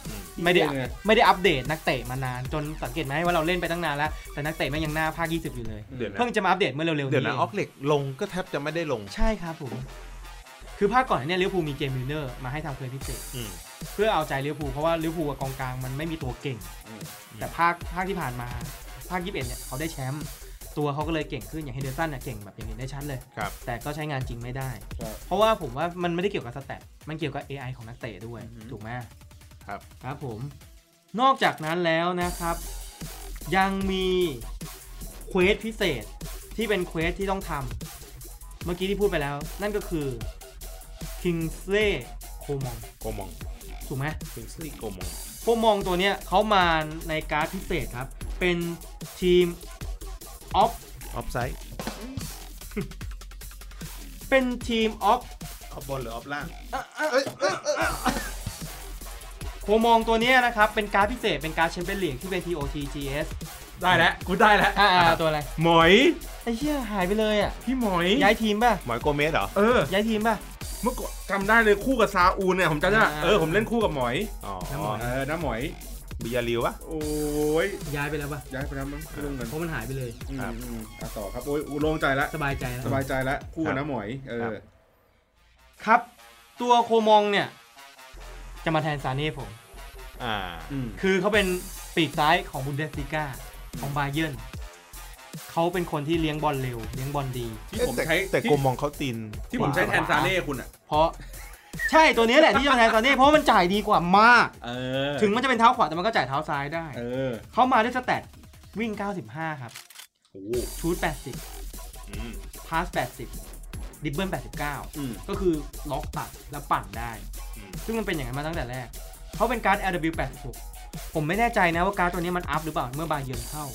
[SPEAKER 3] อืม
[SPEAKER 2] ไม่ได้
[SPEAKER 4] ยังไง
[SPEAKER 2] ไม่ได้อัปเดตนักเตะมานานจนสังเกตไหมว่าเราเล่นไปตั้งนานแล้ว แต่นักเตะแม่งยังหน้าภาค 20 อยู่เลย
[SPEAKER 3] เดี๋ยวนะ
[SPEAKER 2] เพิ่งจะมาอัปเดตเมื่อเร็วๆนี้
[SPEAKER 3] เดี๋ยวนะ
[SPEAKER 2] เอง
[SPEAKER 3] ออกเหล็กลงก็แทบจะไม่ได้ลง
[SPEAKER 2] ใช่ครับผม คือภาคก่อนเนี่ยลิเวอร์พูลมีเจมส์มิลเนอร์มาให้ทำเคยพิเศษ
[SPEAKER 3] อืม
[SPEAKER 2] เพื่อเอาใจลิเวอร์พูลเพราะว่าลิเวอร์พูลกับกองกลางมันไม่มีตัวเก่ง
[SPEAKER 4] อืม
[SPEAKER 2] แต่ภาคภาคที่ผ่านมา ภาค21เนี่ยเขาได้แชมป์ตัวเขาก็เลยเก่งขึ้นอย่างเฮเดอร์สันเนี่ยเก่งแบบอย่างเห็นได้ชัดเลย
[SPEAKER 3] ครับ
[SPEAKER 2] แต่ก็ใช้งานจริงไม่ได้
[SPEAKER 4] ใช่
[SPEAKER 2] เพราะว่าผมว่ามันไม่ได้เกี่ยวกับสแตทมันเกี่ยวกับ AI ของนักเตะด้วย
[SPEAKER 4] อือฮึ
[SPEAKER 2] ถูกไหม
[SPEAKER 3] ครับ
[SPEAKER 2] ครับผม นอกจากนั้นแล้วนะครับ ยังมีเควสพิเศษที่เป็นเควสที่ต้องทำเมื่อกี้ที่พูดไปแล้ว นั่นก็คือ Kingsley Coman
[SPEAKER 3] โกมอง
[SPEAKER 2] ถูกไหม
[SPEAKER 3] คิงสลีโกมอง
[SPEAKER 2] พวกมองตัวเนี้ยเขามาในการ์ดพิเศษครับ เป็นทีมออฟ
[SPEAKER 3] ออฟไซด์
[SPEAKER 2] เป็นทีมออฟ
[SPEAKER 3] ออฟบอลหรือออฟล่าง
[SPEAKER 2] โคมองตัวเนี้ยนะครับ เป็นการ์ดพิเศษเป็นการ์ดแชมเปี้ยนลีกที่เป็น TOTGS
[SPEAKER 4] ได้แล้วกูได้แล้ว
[SPEAKER 2] อ่าอ่าตัวอะไร
[SPEAKER 4] หมอย
[SPEAKER 2] ไอ้เหี้ยหายไปเลยอ่ะ
[SPEAKER 4] พี่หมอย
[SPEAKER 2] ย้ายทีมป่ะ
[SPEAKER 3] หมอยโกเมสเหรอ
[SPEAKER 4] เออ
[SPEAKER 2] ย้ายทีมป่ะ
[SPEAKER 4] เมื่อก่อนจำได้เลยคู่กับซาอูนเนี่ยผมจำได้ว่า
[SPEAKER 2] อ่า
[SPEAKER 4] เออผมเล่นคู่กับหมอย
[SPEAKER 3] อ๋อ
[SPEAKER 2] น้ำหมอย
[SPEAKER 4] เออน้าหมอย
[SPEAKER 3] บิยาลิววะ
[SPEAKER 4] โอ้ย
[SPEAKER 2] ย้ายไปแล้วป่ะ
[SPEAKER 4] ย้ายไปแล้วมั้งเรื่องเงิน
[SPEAKER 2] เพราะมันหายไปเลย
[SPEAKER 4] อืม
[SPEAKER 3] ครับ
[SPEAKER 4] อืมอ่ะต่อครับ โอ้ยอูโล่งใจแล้ว
[SPEAKER 2] สบายใจแล้ว
[SPEAKER 4] สบายใจแล้วคู่กับน้าหมอย เออ
[SPEAKER 2] ครับ ตัวโคมองเนี่ย จะมาแทนซาเน่ผม
[SPEAKER 3] อ่า
[SPEAKER 4] อืม
[SPEAKER 2] คือเขาเป็นปีกซ้ายของบุนเดสติก้าของบาเยิร์นเขาเป็นคนที่เลี้ยงบอลเร็ว เลี้ยงบอลดี
[SPEAKER 4] ที่ผม
[SPEAKER 3] แต่
[SPEAKER 4] ใช้
[SPEAKER 3] แต่
[SPEAKER 4] ที่
[SPEAKER 3] โกมองเขาตีน
[SPEAKER 4] ที่ผมใช้แทนซาเน่คุณอ่ะ
[SPEAKER 2] เพราะ ใช่ตัวนี้แหละที่จะมาแทนซาเน่เพราะมันจ่ายดีกว่ามาก
[SPEAKER 4] เออ
[SPEAKER 2] ถึงมันจะเป็นเท้าขวาแต่มันก็จ่ายเท้าซ้ายได้
[SPEAKER 4] เออ
[SPEAKER 2] เขามาด้วยสแตทวิ่ง 95 ครับ
[SPEAKER 3] โอ้
[SPEAKER 2] ชูด
[SPEAKER 3] อืม
[SPEAKER 2] 80พาส80ดิบเบิล89
[SPEAKER 4] อืม
[SPEAKER 2] ก็คือล็อกตัดแล้วปั่นได้
[SPEAKER 3] อืม
[SPEAKER 2] ซึ่งมันเป็นอย่างนั้นมาตั้งแต่แรก เขาเป็นการ์ด LW 86ผมไม่แน่ใจนะว่าการ์ดตัวนี้มันอัพหรือเปล่าเมื่อบาเยิร์นเข้า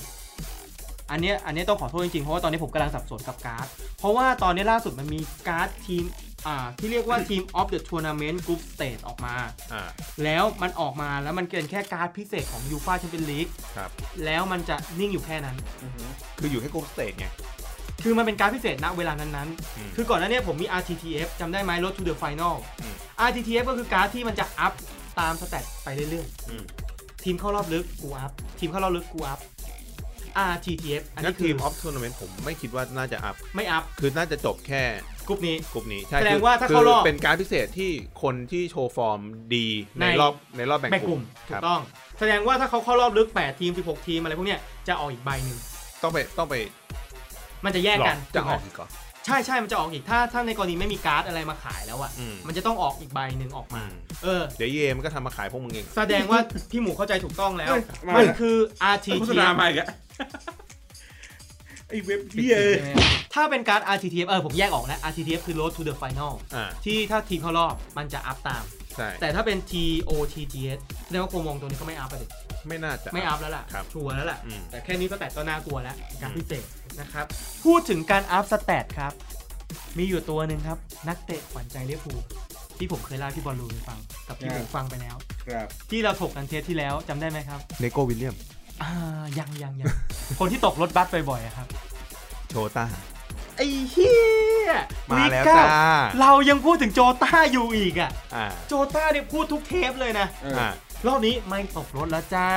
[SPEAKER 2] อันเนี้ยอันเนี้ยต้องขอโทษจริงๆ เพราะว่าตอนนี้ผมกำลังสับสนกับการ์ด เพราะว่าตอนนี้ล่าสุดมันมีการ์ดทีมอ่าที่เรียกว่าทีม of the tournament group stage ออกมา
[SPEAKER 3] อ่า
[SPEAKER 2] แล้วมันออกมาแล้วมันเป็นแค่การ์ดพิเศษของยูฟ a าแชมเปี้ยนลีก
[SPEAKER 3] ครับ
[SPEAKER 2] แล้วมันจะนิ่งอยู่แค่นั้น
[SPEAKER 3] คืออยู่แค่กรุ๊ปสเตจไง
[SPEAKER 2] คือมันเป็นการดพิเศษณเวลานั้น
[SPEAKER 3] อืม
[SPEAKER 2] ๆ คือก่อนหน้าเนี้ผมมี RTTF จำได้ไหม Road to the Final
[SPEAKER 3] อืม
[SPEAKER 2] RTTF ก็คือการ์ดที่มันจะอัพตามสแตทไปเรื่อย
[SPEAKER 3] อืม
[SPEAKER 2] ๆ ทีมเข้ารอบลึกกูอัพ ทีมเข้ารอบลึกกูอัพ RTTF อัน
[SPEAKER 3] งั้
[SPEAKER 2] นี้
[SPEAKER 3] น
[SPEAKER 2] คื
[SPEAKER 3] ที
[SPEAKER 2] อ
[SPEAKER 3] มออฟทัวร์นาเมนต์ผมไม่คิดว่าน่าจะอัพ
[SPEAKER 2] ไม่อัพ
[SPEAKER 3] คือน่าจะจบแค่
[SPEAKER 2] กลุ่มนี้
[SPEAKER 3] กลุ่มนี้ ใช่
[SPEAKER 2] แสดง
[SPEAKER 3] คือ
[SPEAKER 2] ว่าถ้าเข้ารอบ
[SPEAKER 3] คืเป็นการดพิเศษที่คนที่โชว์ฟอร์มดีใน
[SPEAKER 2] ใน
[SPEAKER 3] รอบในรอบแบ่ง
[SPEAKER 2] แบ่ง
[SPEAKER 3] ก
[SPEAKER 2] ก
[SPEAKER 3] ลุ่
[SPEAKER 2] ลุ่
[SPEAKER 3] ม
[SPEAKER 2] ม
[SPEAKER 3] ค
[SPEAKER 2] ถู
[SPEAKER 3] รั
[SPEAKER 2] ก
[SPEAKER 3] บ
[SPEAKER 2] ต้อง แสดงว่าถ้าเขาเข้ารอบลึก 8 ทีม 16 ทีมอะไรพวกเนี้ยจะออกอีกใบหนึ่ง
[SPEAKER 3] ต้องไปต้องไป
[SPEAKER 2] มันจะแยก
[SPEAKER 3] หลอ
[SPEAKER 2] กั
[SPEAKER 3] ก
[SPEAKER 2] น
[SPEAKER 3] จะอ
[SPEAKER 2] ถู
[SPEAKER 3] อก
[SPEAKER 2] ไหม
[SPEAKER 3] อีกก่อน
[SPEAKER 2] ใช่ใช่มันจะออกอีก ถ้าถ้าในกรณีไม่มีการ์ดอะไรมาขายแล้วอ่ะ
[SPEAKER 3] อืม
[SPEAKER 2] มันจะต้องออกอีกใบหนึ่งออกมา เออ
[SPEAKER 3] เดี๋ยวเยมนก็ทำมาขายพวกมึงเอง
[SPEAKER 2] แสดงว่า พี่หมูเข้าใจถูกต้องแล้ว
[SPEAKER 4] เอ้ยมามั
[SPEAKER 2] มันคือ RT
[SPEAKER 4] โฆษณามาอีกอะไอเว็บเฮีย
[SPEAKER 2] ถ้าเป็นการ RTTF เออผมแยกออกแล้ว RTTF คือ Road to the Final
[SPEAKER 3] อ่า
[SPEAKER 2] ที่ถ้าทีมเข้ารอบมันจะอัพตาม
[SPEAKER 3] ใช่
[SPEAKER 2] แต่ถ้าเป็น TOTGS แสดงว่าโคมองตัวนี้ก็ไม่อัพไปดิ
[SPEAKER 3] ไม่น่าจะ
[SPEAKER 2] ไม่อัพแล้วล่ะ
[SPEAKER 3] ครับ
[SPEAKER 2] ชัวร์แล้วล่ะ
[SPEAKER 3] อืม
[SPEAKER 2] แต่แค่นี้ก็แตะก็น่ากลัวแล้ว การ
[SPEAKER 3] อืม
[SPEAKER 2] พิเศษนะครับ พูดถึงการอัพสแตทครับ มีอยู่ตัวหนึ่งครับ นักเตะขวัญใจเลี้ยวภูล ที่ผมเคยเล่าให้พี่บอลลูนฟัง กับที่
[SPEAKER 4] ค
[SPEAKER 2] ผ
[SPEAKER 4] รับ
[SPEAKER 2] มฟังไปแล้ว
[SPEAKER 4] ครับ
[SPEAKER 2] ที่เราถกกันเทสที่แล้วจำได้ไหมครับ
[SPEAKER 3] เนโกวิลเลียม
[SPEAKER 2] อ่ายังยังยัง คนที่ตกรถบัสบ่อยๆอะครับ
[SPEAKER 3] โชต้า
[SPEAKER 2] ไอ้เหี้ย
[SPEAKER 3] มาแล้ว
[SPEAKER 2] คเก้
[SPEAKER 3] จ้า
[SPEAKER 2] เรายังพูดถึงโจต้าอยู่อีกอ่ะ
[SPEAKER 3] อ่า
[SPEAKER 2] โจต้าเนี่ยพูดทุกเทปเลยนะ
[SPEAKER 4] เอออ
[SPEAKER 3] อ่า
[SPEAKER 2] รอบนี้ไม่ตกรถแล้วจ้า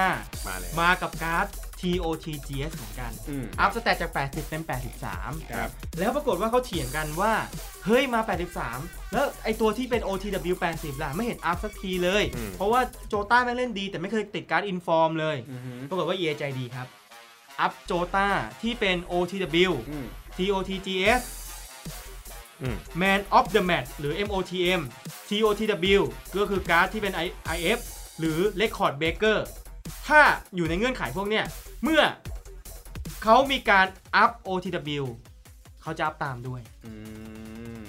[SPEAKER 3] มาแล้ว
[SPEAKER 2] มากับการ์ด TOTGS เหมือนกัน
[SPEAKER 4] อืม
[SPEAKER 2] อัพสแตทจาก 80 เป็น
[SPEAKER 4] ครับ
[SPEAKER 2] 83 แล้วปรากฏว่าเขาเถียงกันว่า เฮ้ยมา 83 แล้วไอตัวที่เป็น OTW 80 ล่ะ ไม่เห็นอัพสักทีเลย
[SPEAKER 3] อืม
[SPEAKER 2] เพราะว่าโจต้าแม่งเล่นดี แต่ไม่เคยติดการ์ดอินฟอร์มเลย
[SPEAKER 4] อือหือ
[SPEAKER 2] ปรากฏว่า EA ใจดีครับ อัพโจต้าที่เป็น OTW
[SPEAKER 4] อืม
[SPEAKER 2] TOTGS
[SPEAKER 3] อืม
[SPEAKER 2] Man of the Match หรือ MOTM TOTW ก็คือการ์ดที่เป็น I- IF หรือ Record Breaker ถ้าอยู่ในเงื่อนไขพวกเนี้ย เมื่อเขามีการอัพ OTW เขาจะอัพตามด้วย
[SPEAKER 4] อืม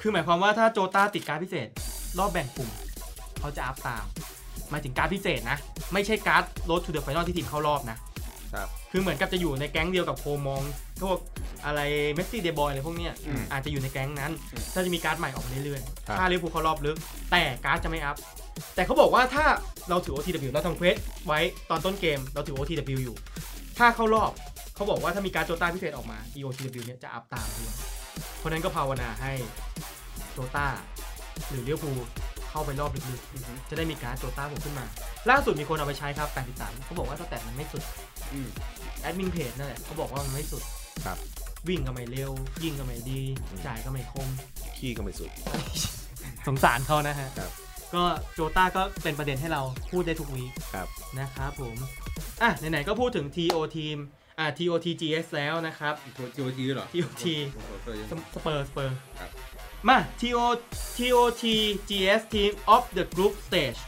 [SPEAKER 2] คือหมายความว่าถ้าโจต้าติดการ์ดพิเศษ รอบแบ่งกลุ่ม เขาจะอัพตามหมายถึงการ์ดพิเศษนะ ไม่ใช่การ์ด Road to the Final ที่ทีมเข้ารอบนะ
[SPEAKER 3] ครับ
[SPEAKER 2] คือเหมือนกับจะอยู่ในแก๊งเดียวกับโคมองพวกอะไรเมสซี่เดบอยอะไรพวกเนี้ย
[SPEAKER 3] อืม
[SPEAKER 2] อาจจะอยู่ในแก๊งนั้น
[SPEAKER 4] อืม
[SPEAKER 2] ถ้าจะมีการ์ดใหม่ออกมาเรื่อย
[SPEAKER 3] ครับ
[SPEAKER 2] ๆถ้าลิเวอร์พูลเขารอบลึก แต่การ์ดจะไม่อัพ แต่เขาบอกว่าถ้าเราถือ OTW เราทำเควสไว้ตอนต้นเกมเราถือ OTW อยู่ ถ้าเข้ารอบเขาบอกว่าถ้ามีการดโจต้าพิเศษออกมา EOTW เนี่ยจะอัพตามด้วยเพราะฉะนั้นก็ภาวนาให้โจต้าหรือเลี้ยวภูลเข้าไปรอบลึกๆจะได้มีการดโจต้าผมขึ้นมา ล่าสุดมีคนเอาไปใช้ครับ 83เขาบอกว่าสแตทมันไม่สุด
[SPEAKER 4] อืม
[SPEAKER 2] แอดมินเพจนั่นแหละเขาบอกว่ามันไม่สุด
[SPEAKER 3] ครับ
[SPEAKER 2] วิ่งก็ไม่เร็ว ยิงก็ไม่ดี จ่ายก็ไม่คม
[SPEAKER 3] ขี้ก็ไม่สุด
[SPEAKER 2] สงสารเขานะฮะ
[SPEAKER 3] ครับ
[SPEAKER 2] ก็โจต้าก็เป็นประเด็นให้เราพูดได้ทุกวีค
[SPEAKER 3] ครับ
[SPEAKER 2] นะครับผม อ่ะ ไหน ๆ ก็พูดถึง TO ทีมอ่ะ TOT GS แล้วนะครับ
[SPEAKER 4] โทรจีโอจีด้วยเหรอ
[SPEAKER 2] TOT
[SPEAKER 4] โอ้โหเจอยัง
[SPEAKER 2] สเปอร์สเปอร์
[SPEAKER 4] ครับ
[SPEAKER 2] มา TO TOT GS Team of the Group Stage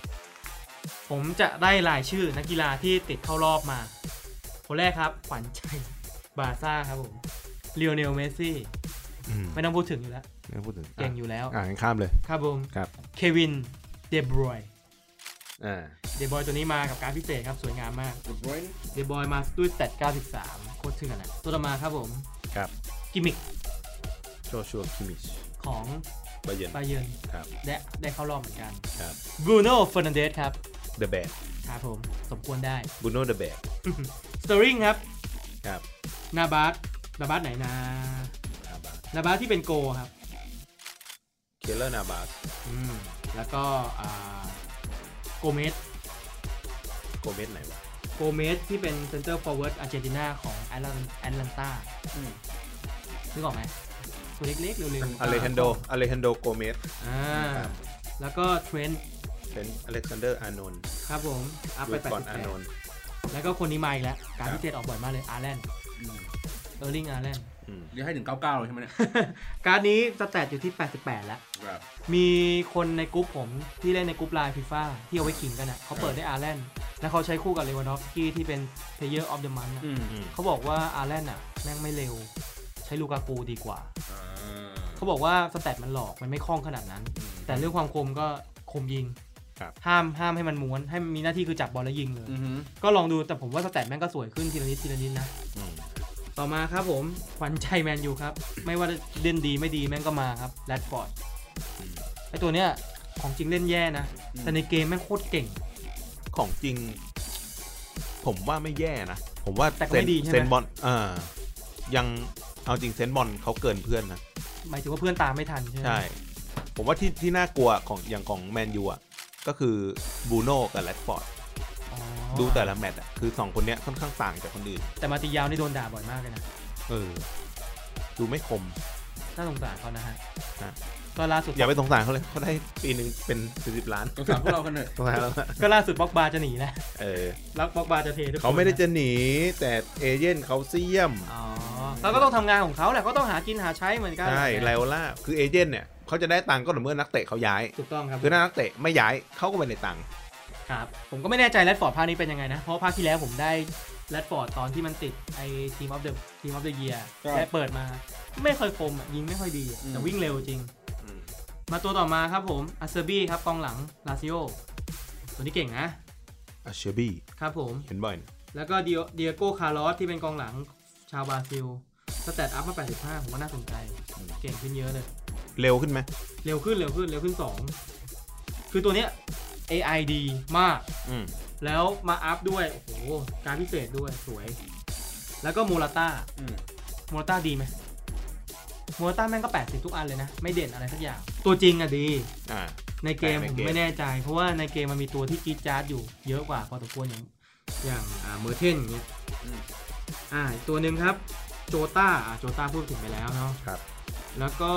[SPEAKER 2] ผมจะได้รายชื่อนักกีฬาที่ติดเข้ารอบมา คนแรกครับ ขวัญใจบาร์ซ่าครับผมเลียวเนลเมสซี่
[SPEAKER 3] อืม
[SPEAKER 2] ไม่ต้องพูดถึงอยู่แล้ว
[SPEAKER 3] ไม่พูดถึง
[SPEAKER 2] เก่งอยู่แล้ว
[SPEAKER 3] อ่านข้ามเลย
[SPEAKER 2] ครับผม
[SPEAKER 3] ครับ
[SPEAKER 2] เควิน เดบรอยน์
[SPEAKER 3] อ่า
[SPEAKER 2] เดบรอยน์ตัวนี้มากับการดพิเศษครับ สวยงามมาก
[SPEAKER 4] เดอะบรอยน์
[SPEAKER 2] เดบรอยน์มาด้วยแตด93 โคตรเถื่อนอะตัวต่อมาครับผม
[SPEAKER 3] ครับ
[SPEAKER 2] กิมมิค
[SPEAKER 3] โจชัวคิมิช
[SPEAKER 2] ของ
[SPEAKER 3] บาเยร์น
[SPEAKER 2] บาเยิร์น
[SPEAKER 3] ครับ
[SPEAKER 2] และได้เข้ารอบเหมือนกัน
[SPEAKER 3] ครับ
[SPEAKER 2] บรูโน่เฟอร์นันเดสครับ
[SPEAKER 3] เดอะแบก
[SPEAKER 2] ครับผม สมควร ได้
[SPEAKER 3] บูโน่เดอะแบก
[SPEAKER 2] สตอริงครับ
[SPEAKER 3] ครับ
[SPEAKER 2] นาบาสนาบาสไหนนา
[SPEAKER 3] นาบาส
[SPEAKER 2] นาบาสที่เป็นโกครับ
[SPEAKER 3] เคเลอร์นาบาส
[SPEAKER 2] อืม แล้วก็อ่าโกเมส
[SPEAKER 3] โกเมสไหนวะ
[SPEAKER 2] โกเมสที่เป็นเซนเตอร์ฟอร์เวิร์ดอาร์เจนตินาของแอตแลนตา
[SPEAKER 4] อืม
[SPEAKER 2] นึกออกไหมตัวเล็กๆ เร็ว
[SPEAKER 3] อเลฮันโด อเลฮันโด โกเมส
[SPEAKER 2] ๆอ่า
[SPEAKER 3] ครับ
[SPEAKER 2] แล้วก็เทรนต์
[SPEAKER 3] เป็นอเล็กซานเดอร์ อานนท์
[SPEAKER 2] ครับผม อัพไป
[SPEAKER 3] ดู
[SPEAKER 2] แปด
[SPEAKER 3] ก่อน
[SPEAKER 2] สิบ
[SPEAKER 3] อา
[SPEAKER 2] แปด
[SPEAKER 3] นนท์
[SPEAKER 2] แล้วก็คนนี้มาอีกแล้ว การ
[SPEAKER 3] ครับ
[SPEAKER 2] พิเศษออกบ่อยมากเลยอาร์แลน
[SPEAKER 4] อืม
[SPEAKER 2] เออร์ลิงอาร์แลน
[SPEAKER 3] อืม
[SPEAKER 4] เดี๋ยวให้ถึงเก้าเก้าเลยใช่ไหมเนี่ย
[SPEAKER 2] การดนี้สแตทอยู่ที่ 88 แล้ว
[SPEAKER 4] ครับ
[SPEAKER 2] มีคนในกรุ๊ปผมที่เล่นในกรุ๊ปไลน์ฟีฟ่าที่เอาไว้ขิงกันอ่ะเขาเปิดได้อาร์แลนแล้วเขาใช้คู่กับเลวานอฟสกี้ที่เป็นเพลเยอร์ออฟเดอะมัน
[SPEAKER 4] อืม
[SPEAKER 3] อืม
[SPEAKER 2] เขาบอกว่าอาร์แลนอ่ะแม่งไม่เร็ว ใช้ลูกากูดีกว่า
[SPEAKER 4] อ่า
[SPEAKER 2] เขาบอกว่าสแตทมันหลอกมันไม่คล่องขนาดนั้น
[SPEAKER 4] อืม
[SPEAKER 2] แต่เรื่องความคมก็คมยิง
[SPEAKER 3] ครับ
[SPEAKER 2] ห้ามห้ามให้มันม้วน ให้มีหน้าที่คือจับบอลแล้วยิงเลย
[SPEAKER 4] อือหือ
[SPEAKER 2] ก็ลองดูแต่ผมว่าสแตทแม่งก็สวยขึ้นทีละนิดทีละนิดนะ
[SPEAKER 3] อืม
[SPEAKER 2] ต่อมาครับผมขวัญใจแมนยูครับ ไม่ว่าเล่นดีไม่ดีแม่งก็มาครับแรดฟอร์ดไอตัวเนี้ยของจริงเล่นแย่นะ แต่ในเกมแม่งโคตรเก่ง
[SPEAKER 3] ของจริง ผมว่าไม่แย่นะ ผมว่า
[SPEAKER 2] แต่ก็
[SPEAKER 3] เซน
[SPEAKER 2] ไม่ดีใช่ไหม
[SPEAKER 3] เซนบอลอ่ายังเอาจริงเซนบอลเขาเกินเพื่อนนะ
[SPEAKER 2] หมายถึงว่าเพื่อนตามไม่ทันใช่ไหม
[SPEAKER 3] ใช่ ผมว่าที่ที่น่ากลัวของอย่างของแมนยูอ่ะ ก็คือบูโน่กับแรดฟอร์ด
[SPEAKER 2] อ๋อ
[SPEAKER 3] ดูแต่ละแมตช์อ่ะ คือ 2 คนเนี้ยค่อนข้างต่างจากคนอื่น
[SPEAKER 2] แต่มาติยาวนี่โดนด่าบ่อยมากเลยนะ
[SPEAKER 3] เออ ดูไม่คม
[SPEAKER 2] น่าสงสารเขานะฮะ
[SPEAKER 3] ฮะ
[SPEAKER 2] ก็ล่าสุด
[SPEAKER 3] อย่าไปสงสารเขาเลยเขาได้ปีหนึ่งเป็นสิบสิบล้าน
[SPEAKER 4] สงสารพวกเรากันเถอะ
[SPEAKER 3] สงสารแล้ว
[SPEAKER 2] ก็ล่าสุดบล็อกบาร์จะหนีนะ
[SPEAKER 3] เออ
[SPEAKER 2] แล้วบล็อกบาร์จะเททุกคน
[SPEAKER 3] เขาไม่ได้
[SPEAKER 2] นะ
[SPEAKER 3] จะหนีแต่เอเย่นเขาเสียม
[SPEAKER 2] อ๋อเขาก็ต้องทำงานของเขาแหละก็ต้องหากินหาใช้เหมือนกัน
[SPEAKER 3] ใช่ไลโอล่าคือเอเย่นเนี่ยเขาจะได้ตังค์ก็ต่อเมื่อนักเตะเขาย้าย
[SPEAKER 2] ถูกต้องครับ
[SPEAKER 3] คือถ้านักเตะไม่ย้ายเขาก็ไม่ได้ตังค์
[SPEAKER 2] ครับ ผมก็ไม่แน่ใจแรดฟอร์ดภาคนี้เป็นยังไงนะ เพราะภาคที่แล้วผมได้แรดฟอร์ดตอนที่มันติดไอ้ทีมออฟเดอะทีมออฟเดอะเยียและเปิดมา ไม่ค่อยคมอ่ะยิงไม่ค่อยดีอ่ะแต่วิ่งเร็วจริง มาตัวต่อมาครับผมอาเซอร์บี้ครับกองหลังลาซิโอตัวนี้เก่งนะ
[SPEAKER 3] อ่ะเชอร์บี้
[SPEAKER 2] ครับผม
[SPEAKER 3] เห็นบ่อยนะ
[SPEAKER 2] แล้วก็เดียเดียโก้คาร์ลอสที่เป็นกองหลังชาวบราซิลสแตทอัพมา 85 ผมว่าน่าสนใจ เก่งขึ้นเยอะเลย
[SPEAKER 3] เร็วขึ้นไหม
[SPEAKER 2] เร็วขึ้นเร็วขึ้นเร็วขึ้นสองคือตัวเนี้ย AI ดีมาก
[SPEAKER 3] อืม
[SPEAKER 2] แล้วมาอัพด้วย โอ้โห การพิเศษด้วยสวย แล้วก็มูราต้า
[SPEAKER 4] อืม
[SPEAKER 2] มูราต้าดีไหมมูราต้าแม่งก็ 80 ทุกอันเลยนะ ไม่เด่นอะไรสักอย่าง ตัวจริงอะดี
[SPEAKER 3] อ่า
[SPEAKER 2] ในเกม
[SPEAKER 3] แต่ใน
[SPEAKER 2] ผม
[SPEAKER 3] เกม
[SPEAKER 2] ไม่แน่ใจ เพราะว่าในเกมมันมีตัวที่กรีดจาร์ดอยู่เยอะกว่าพอสมควรอย่างอย่างอ่าเมอร์เทนอย่างเงี้ยอ่าอีกตัวหนึ่งครับโจต้าอ่าโจต้าพูดถึงไปแล้วเนาะ
[SPEAKER 3] ครับ
[SPEAKER 2] แล้วก็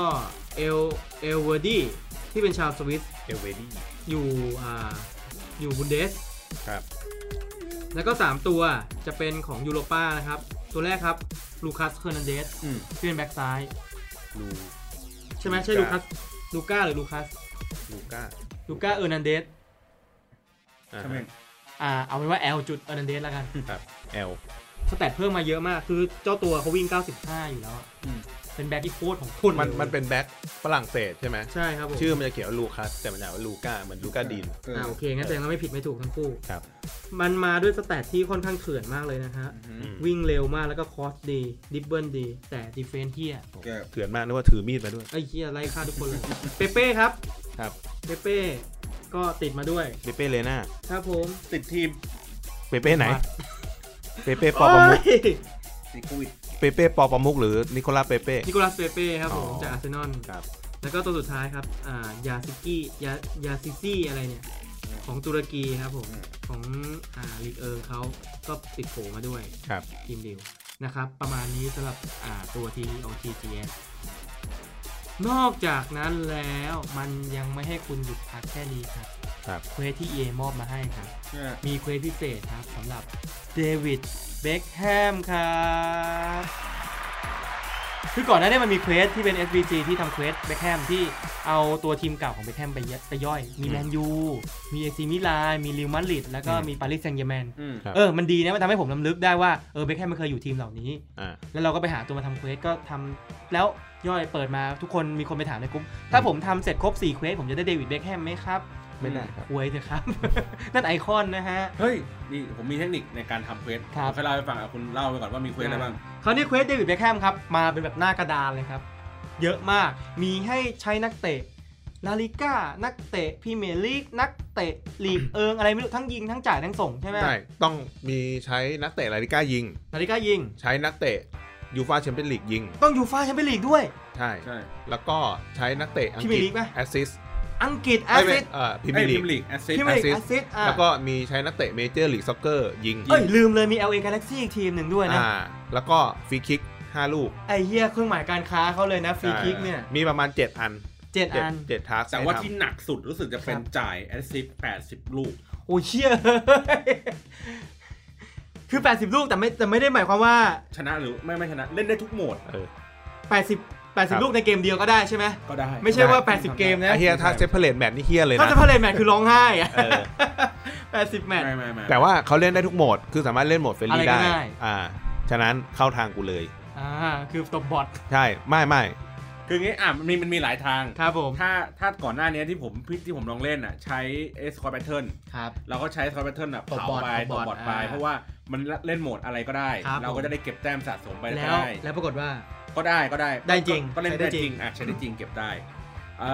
[SPEAKER 2] เอลเอลเวอร์ดี้ที่เป็นชาวสวิต
[SPEAKER 3] เอเวดี้
[SPEAKER 2] อยู่อ่าอยู่บุนเดส
[SPEAKER 3] ครับ
[SPEAKER 2] แล้วก็ 3 ตัวจะเป็นของยูโรป้านะครับ ตัวแรกครับลูคัสเคอร์นันเดส
[SPEAKER 4] อืม
[SPEAKER 2] ที่เป็นแบ็กซ้าย
[SPEAKER 3] ลู
[SPEAKER 2] ใช่ไหมใช่ลูคัสลูก้าหรือลูคัส
[SPEAKER 3] ลูก้า
[SPEAKER 2] ลูก้าเออร์นันเดส
[SPEAKER 3] อ่า
[SPEAKER 4] ใช่ไหม
[SPEAKER 2] อ่าเอาเป็นว่า L จุดเออร์นันเดสแล้วกัน
[SPEAKER 3] ครับเอล
[SPEAKER 2] สแตทเพิ่มมาเยอะมาก คือเจ้าตัวเขาวิ่ง 95 อยู่แล้วอะ
[SPEAKER 4] อืม
[SPEAKER 2] เป็นแบ็กที่โคตรของคุณ
[SPEAKER 3] มันมันเป็นแบ็คฝรั่งเศสใช่ไหม
[SPEAKER 2] ใช่ครับผม
[SPEAKER 3] ชื่อมันจะเขียนว่าลูคัสแต่มันอ่านว่าลูก้าเหมือนลูก้าดีน
[SPEAKER 4] เออ
[SPEAKER 2] อ่าโอเค งั้นแสดงว่าไม่ผิดไม่ถูกทั้งคู่
[SPEAKER 3] ครับ
[SPEAKER 2] มันมาด้วยสแตทที่ค่อนข้างเถื่อนมากเลยนะฮะ
[SPEAKER 4] อืม
[SPEAKER 3] วิ่ง
[SPEAKER 2] วิ่งเร็วมากแล้วก็คอสดีดิบเบิลดี แต่ดิเฟนเฮีย
[SPEAKER 4] แก
[SPEAKER 3] เถื่อนมากนึกว่าถือมีดมาด้วย
[SPEAKER 2] ไอ้เฮียไล่ฆ่าทุกคน เลยเปเป้ครับ
[SPEAKER 3] ครับ
[SPEAKER 2] เปเป้ก็ติดมาด้วย
[SPEAKER 3] เปเป้เลน่า
[SPEAKER 2] ครับผม
[SPEAKER 4] ติดทีม
[SPEAKER 3] เปเป้ไหน
[SPEAKER 2] มา
[SPEAKER 3] เปเป้ปอประมุก
[SPEAKER 2] โอ้ย
[SPEAKER 4] ติดโควิด
[SPEAKER 3] เปเป้ปอประมุกหรือนิโคลัสเปเป้
[SPEAKER 2] นิโคลัสเปเป้ครับผ
[SPEAKER 3] อ๋
[SPEAKER 2] ม
[SPEAKER 3] อ
[SPEAKER 2] จากอาร์เซนอล
[SPEAKER 3] ครับ
[SPEAKER 2] แล้วก็ตัวสุดท้ายครับ อ่ายาซิกี้ยายาซิซี่อะไรเนี่ย ของตุรกีครับผม ของอ่าลีกเอิงเขาก็ติดโผมาด้วย
[SPEAKER 3] ครับ
[SPEAKER 2] ทีมเดียวนะครับ ประมาณนี้สำหรับอ่าตัว t o t g s นอกจากนั้นแล้วมันยังไม่ให้คุณหยุดพักแค่นี้ครับ
[SPEAKER 3] ครับ
[SPEAKER 2] เควสที่ EA มอบมาให้ครับ
[SPEAKER 4] เนี่ย
[SPEAKER 2] มีเควสพิเศษครับสำหรับเดวิดเบคแฮมครับคือก่อนหน้านี้มันมีเควสที่เป็น SBC ที่ทำเควสเบคแฮมที่เอาตัวทีมเก่าของเบคแฮมไปยไปย่อย มี
[SPEAKER 3] อืม
[SPEAKER 2] แมนยู มีเอซีมิลานมีริวมาดริดแล้วก็
[SPEAKER 3] อืม
[SPEAKER 2] มีปารีสแซงต์แยร์แมน
[SPEAKER 4] อืม
[SPEAKER 3] ครับ
[SPEAKER 2] เออ มันดีนะ มันทำให้ผมลำลึกได้ว่า เออเบคแฮมมันเคยอยู่ทีมเหล่านี้
[SPEAKER 3] อ่า
[SPEAKER 2] แล้วเราก็ไปหาตัวมาทำเควสก็ทำแล้วย่อยเปิดมาทุกคนมีคนไปถามในกลุ่มถ้าผมทำเสร็จครบ4เควสผมจะได้เดวิดเบคแฮมไหมครับ
[SPEAKER 3] ไม่ได้ครับ
[SPEAKER 2] ควยเถอะครับ นั่นไอคอนนะฮะ
[SPEAKER 4] เฮ้ย นี่ผมมีเทคนิคในการทำเควส
[SPEAKER 2] ครับ
[SPEAKER 4] ผมเคยเล่าให้ฟังอ่ะคุณเล่าไปก่อนว่ามีเควสอะไรบ้าง
[SPEAKER 2] คราวนี้เควสเดวิดเบคแฮมครับ มาเป็นแบบหน้ากระดานเลยครับ เยอะมากมีให้ใช้นักเตะลาลิก้านักเตะพรีเมียร์ลีกนักเตะลีกเอิงอะไรไม่รู้ ทั้งยิงทั้งจ่ายทั้งส่งใช่ไหม
[SPEAKER 3] ใช่ต้องมีใช้นักเตะลาลิก้ายิง
[SPEAKER 2] ลาลิก้ายิง
[SPEAKER 3] ใช้นักเตะยูฟาแชมเปี้ยนลีกยิง
[SPEAKER 2] ต้องยูฟ่าแชมเปี้ยนลีกด้วย
[SPEAKER 3] ใช่
[SPEAKER 4] ใช่
[SPEAKER 3] แล้วก็ใช้นักเตะอังกฤ
[SPEAKER 2] Premier
[SPEAKER 3] ษ
[SPEAKER 2] League ปะ
[SPEAKER 3] แอสซิส
[SPEAKER 2] อังกฤษแอสซิส
[SPEAKER 3] เอ่อพิม
[SPEAKER 4] ไอ้
[SPEAKER 3] ยร์ลี
[SPEAKER 4] พิ
[SPEAKER 3] ก
[SPEAKER 4] มลีกแอสซิส
[SPEAKER 2] พรีเมียร์ลีก
[SPEAKER 3] Assist
[SPEAKER 2] แอสซิสอ่ะ
[SPEAKER 3] แล้วก็มีใช้นักเตะเมเจอร์ลีกซ็อกเกอร์ยิง
[SPEAKER 2] เอ้ยลืมเลยมี LA Galaxy อีกทีมหนึ่งด้วยนะ
[SPEAKER 3] อ่าแล้วก็ฟรีคิก 5 ลูก
[SPEAKER 2] ไอเฮียเครื่องหมายการค้าเขาเลยนะฟรีคิกเนี่ย
[SPEAKER 3] มีประมาณ 7 อัน
[SPEAKER 2] เจ็ด
[SPEAKER 3] เจ็ด
[SPEAKER 2] อัน
[SPEAKER 3] เจ็ดทัส
[SPEAKER 4] แต่ว่าที่หนักสุดรู้สึกจะเป็นจ่ายแอสซิสแปดสิบลูก
[SPEAKER 2] โอ้ยเชี่ย คือ 80 ลูกแต่ไม่แต่ไม่ได้หมายความว่า
[SPEAKER 4] ชนะหรือไม่ไม่ชนะ เล่นได้ทุกโหมด
[SPEAKER 3] เออ
[SPEAKER 2] 80
[SPEAKER 3] ครับ
[SPEAKER 2] 80 ลูกในเกมเดียวก็ได้ใช่ไหม
[SPEAKER 4] ก็ได้
[SPEAKER 2] ไม่ใช่ว่า
[SPEAKER 4] ได้
[SPEAKER 2] 80 เกมนะ
[SPEAKER 3] ไอเฮียถ้าเซฟเพลตแมทนี่เฮียเลย
[SPEAKER 2] ถ้า
[SPEAKER 3] นะ
[SPEAKER 2] จะพาเลนแมทคือร้องไห้อะ
[SPEAKER 3] เออ
[SPEAKER 2] 80 แมท
[SPEAKER 4] ไม่ไม่ไม่
[SPEAKER 3] แต่ว่าเขาเล่นได้ทุกโหมด คือสามารถเล่นโหมดเฟรน
[SPEAKER 2] อะ
[SPEAKER 3] ลี่
[SPEAKER 2] ไรก็
[SPEAKER 3] ได้
[SPEAKER 2] ได้
[SPEAKER 3] อ่า ฉะนั้นเข้าทางกูเลย
[SPEAKER 2] อ่า คือตบบอท
[SPEAKER 3] ใช่ ไม่ไม่
[SPEAKER 4] คืองี้อ่ะมันมีมันมีหลายทาง
[SPEAKER 2] ครับผม
[SPEAKER 4] ถ้าถ้าก่อนหน้านี้ที่ผมที่ผมลองเล่นอ่ะ ใช้เอสคอร์แพทเทิร์น
[SPEAKER 2] ครับ
[SPEAKER 4] เราก็ใช้คอร์แพทเทิร์นอ่ะ
[SPEAKER 2] ตบ
[SPEAKER 4] เผา
[SPEAKER 2] บอท
[SPEAKER 4] ไปต
[SPEAKER 2] ตบบ บบ อ
[SPEAKER 4] อ
[SPEAKER 2] ท
[SPEAKER 4] ทไป
[SPEAKER 2] อ่า
[SPEAKER 4] เพราะว่ามันเล่นโหมดอะไรก็ได้
[SPEAKER 2] ครับ
[SPEAKER 4] เรา
[SPEAKER 2] ผม
[SPEAKER 4] ก็จะได้เก็บแต้มสะสมไป
[SPEAKER 2] แล้ว
[SPEAKER 4] ได้
[SPEAKER 2] แล้วปรากฏว่า
[SPEAKER 4] ก็ได้ก็ได้
[SPEAKER 2] ได้จริง
[SPEAKER 4] ก็ก็เล่น
[SPEAKER 2] ใช้ได้
[SPEAKER 4] ได้
[SPEAKER 2] จ
[SPEAKER 4] จ
[SPEAKER 2] ริง
[SPEAKER 4] ริงอ่ะใช้ได้จริงเก็บได้เอ่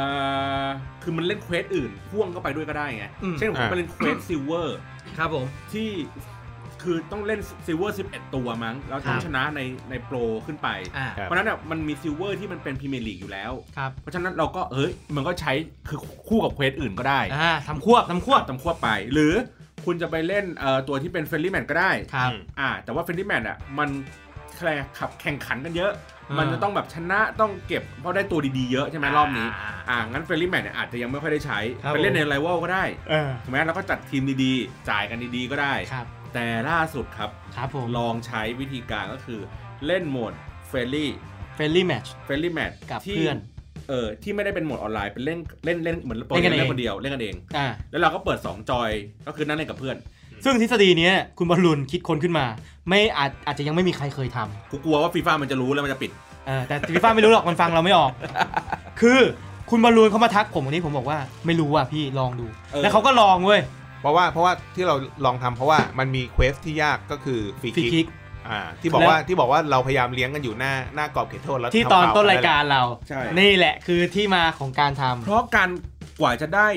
[SPEAKER 4] อคือมันเล่นเควสอื่นพ่วงเข้าไปด้วยก็ได้ไงเช่นผมไปเล่นเควสซิลเวอร์
[SPEAKER 2] ครับผม
[SPEAKER 4] ที่คือต้องเล่นซิลเวอร์11 ตัวมั้งแล้วต้อ
[SPEAKER 2] ค
[SPEAKER 4] ง
[SPEAKER 2] รับ
[SPEAKER 4] ชนะในในโปรขึ้นไป
[SPEAKER 2] อ่า
[SPEAKER 3] ครับ
[SPEAKER 4] เพราะฉะนั้นอ่ะมันมีซิลเวอร์ที่มันเป็นพรีเมียร์ลีกอยู่แล้ว
[SPEAKER 2] ครับ
[SPEAKER 4] เพราะฉะนั้นเราก็เอ้ยมันก็ใช้คือคู่กับเควสอื่นก็ได้
[SPEAKER 2] อ่าทำควบทำควบ
[SPEAKER 4] ตามควบไป หรือคุณจะไปเล่นเอ่อตัวที่เป็นเฟรนลี่แมนก็ได้
[SPEAKER 2] ครับ
[SPEAKER 4] อ่าแต่ว่าเฟนดี้แมนอ่ะมันแข่งขับแข่งขันกันเยอะ
[SPEAKER 2] อ่ามั
[SPEAKER 4] มันจะต้องแบบชนะต้องเก็บเพราะได้ตัวดีๆเยอะใช่ไหมรอบนี้
[SPEAKER 2] อ่า
[SPEAKER 4] อ่างั้นเฟนดี้แมนเนี่ยอาจจะยังไม่ค่อยได้ใช้
[SPEAKER 2] ครับ
[SPEAKER 4] ไปเล่น
[SPEAKER 2] ผม
[SPEAKER 4] ในไ i เวลก็ได้
[SPEAKER 2] เออ
[SPEAKER 4] ถูกไหมแล้วก็จัดทีมดีๆ จ่ายกันดีๆก็ได้
[SPEAKER 2] ครับ
[SPEAKER 4] แต่ล่าสุดครับ
[SPEAKER 2] ครับผม
[SPEAKER 4] ลองใช้วิธีการก็คือเล่นโหมดเฟรนลี่
[SPEAKER 2] เฟรนลี่แมช
[SPEAKER 4] เฟรนลี่แมท
[SPEAKER 2] กับ
[SPEAKER 4] ที่
[SPEAKER 2] เพื่อน
[SPEAKER 4] เออที่ไม่ได้เป็นโหมดออนไลน์เป็นเล่นเล่นเล่นเหมือนปกติ
[SPEAKER 2] เล่นกันเอง
[SPEAKER 4] เล่นคนเดียวเล่นกันเอง
[SPEAKER 2] อ่า
[SPEAKER 4] แล้วเราก็เปิด 2 จอยก็คือนั่งเล่นกับเพื่อน
[SPEAKER 2] ซึ่งทฤษฎีเนี้ยคุณบอลลูนคิดค้นขึ้นมา ไม่อาจอาจจะยังไม่มีใครเคยทำ
[SPEAKER 4] กูกลัวว่าฟีฟ่ามันจะรู้แล้วมันจะปิด
[SPEAKER 2] เออแต่ฟีฟ่าไม่รู้หรอกมันฟังเราไม่ออก คือคุณบอลลูนเขามาทักผมวันนี้ผมบอกว่าไม่รู้อ่ะพี่ลองดู
[SPEAKER 4] เออ
[SPEAKER 2] แล้วเขาก็ลองเว้ย
[SPEAKER 3] เพราะว่าเพราะว่าที่เราลองทำเพราะว่ามันมีเควสที่ยากก็คือฟรี
[SPEAKER 2] ฟรี
[SPEAKER 3] คิ
[SPEAKER 2] คิ
[SPEAKER 3] ก
[SPEAKER 2] ก
[SPEAKER 3] อ่า ที่บอก
[SPEAKER 2] แล้ว
[SPEAKER 3] ว่าที่บอกว่าเราพยายามเลี้ยงกันอยู่หน้าหน้ากรอบเขตโทษแล้ว
[SPEAKER 2] ที่
[SPEAKER 3] ทำ
[SPEAKER 2] ตอน
[SPEAKER 3] ฟวล์
[SPEAKER 2] ต้นรายการเรา
[SPEAKER 4] ใช่
[SPEAKER 2] นี่แหละคือที่มาของการทำ
[SPEAKER 4] เพราะการกว่าจะได้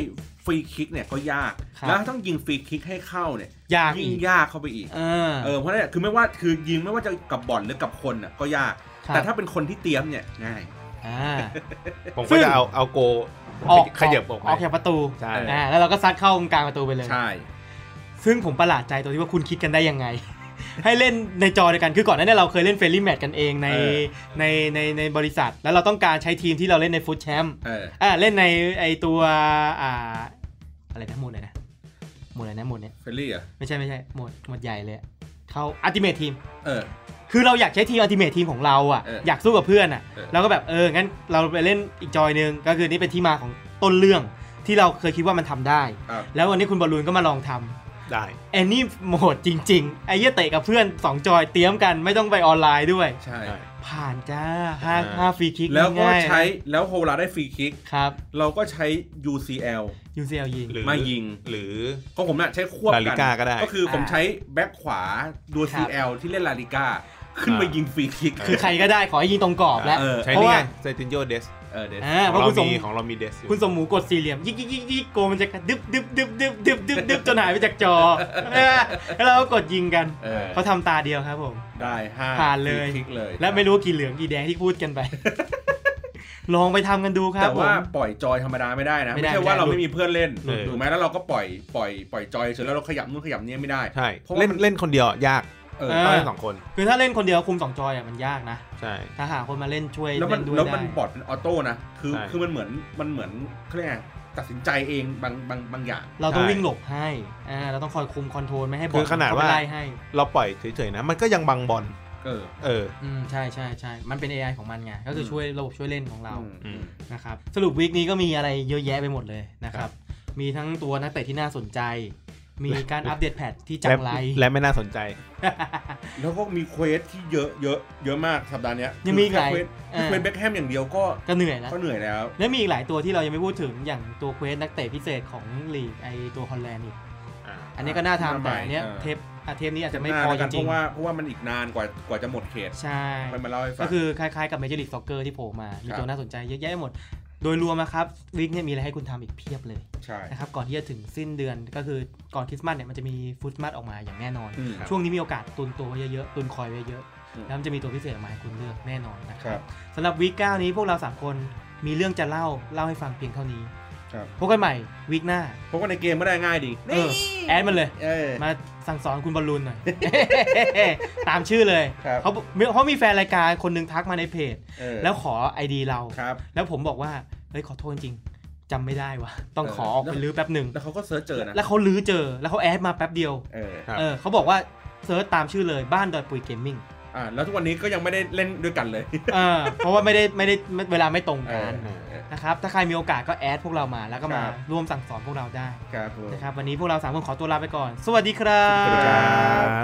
[SPEAKER 4] ฟรีคิกเนี่ยก็ยาก
[SPEAKER 2] ครับ
[SPEAKER 4] แล้วต้องยิงฟรีคิกให้เข้าเนี่ย
[SPEAKER 2] ยาก
[SPEAKER 4] ยิ่
[SPEAKER 2] อี
[SPEAKER 4] ง
[SPEAKER 2] ก
[SPEAKER 4] ยากเข้าไปอีก
[SPEAKER 2] เออ
[SPEAKER 4] เออเพราะนั่นแหละคือไม่ว่าคือยิงไม่ว่าจะกับบอลหรือกับคนน่ะก็ยาก
[SPEAKER 2] ครับ
[SPEAKER 4] แต่ถ้าเป็นคนที่เตรียมเนี่ยง่าย
[SPEAKER 2] อ่า
[SPEAKER 3] ผม
[SPEAKER 2] ซึ่
[SPEAKER 3] ก็
[SPEAKER 2] ง
[SPEAKER 3] จะเอาเอาโก
[SPEAKER 2] ออก
[SPEAKER 3] ขยับออกไป
[SPEAKER 2] ออกจากประตู
[SPEAKER 3] ใช่
[SPEAKER 2] อ่าแล้วเราก็ซัดเข้าตรงกลางประตูไปเลย
[SPEAKER 4] ใช่
[SPEAKER 2] ซึ่งผมประหลาดใจตัวที่ว่าคุณคิดกันได้ยัง ไง ให้เล่นในจอเดียวกันคือก่อนหน้านี้เราเคยเล่นเฟรนลี่แมตช์กันเองใน
[SPEAKER 4] เออ
[SPEAKER 2] ในในในบริษัท แล้วเราต้องการใช้ทีมที่เราเล่นในฟุตแชมป์
[SPEAKER 4] เออ
[SPEAKER 2] อ่าเล่นในไอตัวอ่าอะไรนะหมวดอะไรนะหมวดอะไรนะหมวดเนี้ย
[SPEAKER 4] เฟรลี่เหรอ่ะ
[SPEAKER 2] ไม่ใช่ไม่ใช่หมวดหมวดใหญ่เลยอะเขาอัติเมททีม
[SPEAKER 4] เออ
[SPEAKER 2] คือเราอยากใช้ทีมอัติเมททีมของเราอ่ะ
[SPEAKER 4] เออ
[SPEAKER 2] อยากสู้กับเพื่อนอ่ะ
[SPEAKER 4] เออ
[SPEAKER 2] เราก็แบบเอองั้นเราไปเล่นอีกจอยหนึ่งก็คือนี่เป็นที่มาของต้นเรื่องที่เราเคยคิดว่ามันทำได้
[SPEAKER 4] อ่ะ
[SPEAKER 2] แล้ววันนี้คุณบอลลูนก็มาลองทำ
[SPEAKER 3] ได้
[SPEAKER 2] แอนนี่โหมดจริงๆ ไอ้เหี้ยเตะกับเพื่อน 2 จอยเตรียมกันไม่ต้องไปออนไลน์ด้วย
[SPEAKER 4] ใช่
[SPEAKER 3] ใช่
[SPEAKER 2] ผ่านจ้าห้า
[SPEAKER 3] อ่า
[SPEAKER 2] ห้าฟรีคิก
[SPEAKER 4] แล้วก็
[SPEAKER 2] ง่ายๆ
[SPEAKER 4] ใช้แล้วโฮลาได้ฟรีคิก
[SPEAKER 2] ครับ
[SPEAKER 4] เราก็ใช้ UCL
[SPEAKER 2] UCL ยิง
[SPEAKER 3] หรือ
[SPEAKER 4] มายิง
[SPEAKER 3] หรือ
[SPEAKER 4] ของผมน่ะใช้ควบกั
[SPEAKER 3] ลาลิก้าก็ได้
[SPEAKER 4] ก็คือผมใช้แบ็คขวาดู
[SPEAKER 2] ครับ
[SPEAKER 4] CL ที่เล่นลาลิก้าขึ้นมายิงฟรีคิก
[SPEAKER 2] คือใครก็ได้ขอให้ยิงตรงกรอบแล้ว
[SPEAKER 4] เออ
[SPEAKER 3] ใช้
[SPEAKER 2] เพราะ
[SPEAKER 3] นี่
[SPEAKER 2] ว่า
[SPEAKER 3] ไงเซตินโยเดส
[SPEAKER 4] เออเดี๋ยว
[SPEAKER 2] อ่า
[SPEAKER 3] ข
[SPEAKER 2] เพราะ
[SPEAKER 3] องเรา
[SPEAKER 2] คุณสม
[SPEAKER 3] มีของเรามีเดสอยู่
[SPEAKER 2] คุณสมหมูกดสี่เหลี่ยม ยิกยิกยิกยิกโกมันจะดึบดึบดึบดึบดึบดึบดึบจนหายไปจากจอ เออแล้วเราก็กดยิงกัน
[SPEAKER 4] เออ
[SPEAKER 2] เขาทำตาเดียวครับผม
[SPEAKER 4] ได้ห้า
[SPEAKER 2] ผ่านเลย
[SPEAKER 4] ฟรีคิกเลย
[SPEAKER 2] และไม่รู้กี่เหลืองกี่แดงที่พูดกันไป ลองไปทำกันดูครับ
[SPEAKER 4] แต่
[SPEAKER 2] ผม
[SPEAKER 4] ว่าปล่อยจอยธรรมดาไม่ได้นะ
[SPEAKER 2] ไม่
[SPEAKER 4] ไม่
[SPEAKER 2] ได้
[SPEAKER 4] ใช่ว่า
[SPEAKER 2] ไม่ได้
[SPEAKER 4] เราไม่มีเพื่อนเล่น
[SPEAKER 3] เออ
[SPEAKER 4] ถูกไหมแล้วเราก็ปล่อยปล่อยปล่อยจอยเสร็จแล้วเราขยับนู่นขยับนี่ไม่ได้
[SPEAKER 3] ใช่
[SPEAKER 4] เพราะว่า
[SPEAKER 3] เล่น
[SPEAKER 4] มัน
[SPEAKER 3] เล่นคนเดียวอะยาก
[SPEAKER 4] เออ
[SPEAKER 2] เออ
[SPEAKER 3] ต้องเล่นสองคน
[SPEAKER 2] คือถ้าเล่นคนเดียวคุมสองจอยอ่ะมันยากนะ
[SPEAKER 3] ใช่
[SPEAKER 2] ถ้าหาคนมาเล่นช่วย
[SPEAKER 4] แล้วมัน
[SPEAKER 2] เนด้วย
[SPEAKER 4] แล้ว
[SPEAKER 2] ได้
[SPEAKER 4] มันบอร์ดเป็นออโต้นะคือ
[SPEAKER 3] ใช่
[SPEAKER 4] คือมันเหมือนมันเหมือนเขาเรียกไงตัดสินใจเองบางบางบางอย่าง
[SPEAKER 2] เราต้อง
[SPEAKER 3] ใช่
[SPEAKER 2] วิ่งหลบให้ อ่า เราต้องคอยคุมคอนโทรลไม่ให้บอล
[SPEAKER 3] คือขนาด
[SPEAKER 2] เไป
[SPEAKER 3] ว่า
[SPEAKER 2] ไล่ให้
[SPEAKER 3] เราปล่อยเฉยๆนะ มันก็ยังบังบอล
[SPEAKER 4] เออ
[SPEAKER 3] เออ
[SPEAKER 2] อืม ใช่ใช่ใช่ มันเป็น AI ของมันไง ก็คือช่วยระบบช่วยเล่นของเรา
[SPEAKER 3] อืม
[SPEAKER 2] นะครับ สรุปวีคนี้ก็มีอะไรเยอะแยะไปหมดเลยนะครับ มีทั้งตัวนักเตะที่น่าสนใจ มีการอัปเดตแพทที่จังไร
[SPEAKER 3] และและไม่น่าสนใจ
[SPEAKER 4] แล้วก็มีเควสที่เยอะเยอะเยอะมากสัปดาห์เนี้ย
[SPEAKER 2] ยังมีอีก
[SPEAKER 4] แค่
[SPEAKER 2] หลาย
[SPEAKER 4] เควส
[SPEAKER 2] อ่า
[SPEAKER 4] เควสแบ็คแฮมอย่างเดียวก็
[SPEAKER 2] ก็เหนื่อยแล้ว
[SPEAKER 4] ก็เหนื่อยแล้ว
[SPEAKER 2] แล้วมีอีกหลายตัวที่เรายังไม่พูดถึง อย่างตัวเควสนักเตะพิเศษของลีกไอตัวฮอลแลนด์อีก อันนี้ก็น่าทำแต่อันเนี้ย
[SPEAKER 4] อ่า
[SPEAKER 2] เทปอ่ะเทปนี้อาจจะไม่
[SPEAKER 4] หน้า
[SPEAKER 2] พอ
[SPEAKER 4] แล้ว
[SPEAKER 2] จ
[SPEAKER 4] กันเพ
[SPEAKER 2] ริง
[SPEAKER 4] ราะว่าเพราะว่ามันอีกนานกว่ากว่าจะหมดเขต
[SPEAKER 2] ๆใช่
[SPEAKER 4] ไปมาเล่าให้ฟั
[SPEAKER 2] ก็
[SPEAKER 4] ง
[SPEAKER 2] คือคล้ายๆกับเมเจอร์ลีกซ็อกเกอร์ที่โผล่มา มี
[SPEAKER 4] ครับ
[SPEAKER 2] ตัวน่าสนใจเยอะแยะไปหมด โดยรวมนะครับวิกเนี่ยมีอะไรให้คุณทำอีกเพียบเลย
[SPEAKER 4] ใช่
[SPEAKER 2] นะครับ ก่อนที่จะถึงสิ้นเดือนก็คือก่อนคริสต์มาสเนี่ยมันจะมีฟุตมาสออกมาอย่างแน่นอน
[SPEAKER 4] อืม
[SPEAKER 2] ช่วงนี้มีโอกาสตุนตัวไว้เยอะๆ ตุนคอยไว้เยอะ
[SPEAKER 4] อืม
[SPEAKER 2] แล้วมันจะมีตัวพิเศษออกมาให้คุณเลือกแน่นอนนะค
[SPEAKER 4] ครั
[SPEAKER 2] รับบ สำหรับวีคเก้านี้พวกเราสามคนมีเรื่องจะเล่าเล่าให้ฟังเพียงเท่านี้
[SPEAKER 4] ครับ
[SPEAKER 2] พบกันใหม่วีคหน้า
[SPEAKER 4] เพราะว่าในเกมก็ได้ง่ายดี
[SPEAKER 2] เออแอดมันเลย
[SPEAKER 4] เออ
[SPEAKER 2] มาสั่งสอนคุณบอลลูนหน่อย ตามชื่อเลย
[SPEAKER 4] ครับ
[SPEAKER 2] เขาเขามีแฟนรายการคนหนึงทักมาในเพจ
[SPEAKER 4] เออ
[SPEAKER 2] แล้วขอไอดีเรา
[SPEAKER 4] ครับ
[SPEAKER 2] แล้วผมบอกว่า เฮ้ยขอโทษจริงจำไม่ได้วะต้อง
[SPEAKER 4] เออ
[SPEAKER 2] ขอออกไปรื้อแป๊บหนึ่ง
[SPEAKER 4] แล้วเขาก็เซิร์ชเจอนะ
[SPEAKER 2] แล้วเขาลื้อเจอ แล้วเขาแอดมาแป๊บเดียว
[SPEAKER 4] เออ
[SPEAKER 3] ครับ
[SPEAKER 2] เออเขาบอกว่าเซิร์ชตามชื่อเลยบ้านดอยปุยเกมมิ่ง
[SPEAKER 4] อ่าแล้วทุกวันนี้ก็ยังไม่ได้เล่นด้วยกันเลย
[SPEAKER 2] เออเพราะว่าไม่ได้ไม่ได้ไม่เวลาไม่ตรงกัน
[SPEAKER 4] เออเออ
[SPEAKER 2] นะครับ ถ้าใครมีโอกาสก็แอดพวกเรามา แล้วก็มา
[SPEAKER 4] ครับ
[SPEAKER 2] ร่วมสั่งสอนพวกเราได้
[SPEAKER 4] ครับผม
[SPEAKER 2] นะครับ วันนี้พวกเราสามคนขอตัวลาไปก่อน สวัสดีครับ
[SPEAKER 3] ครับ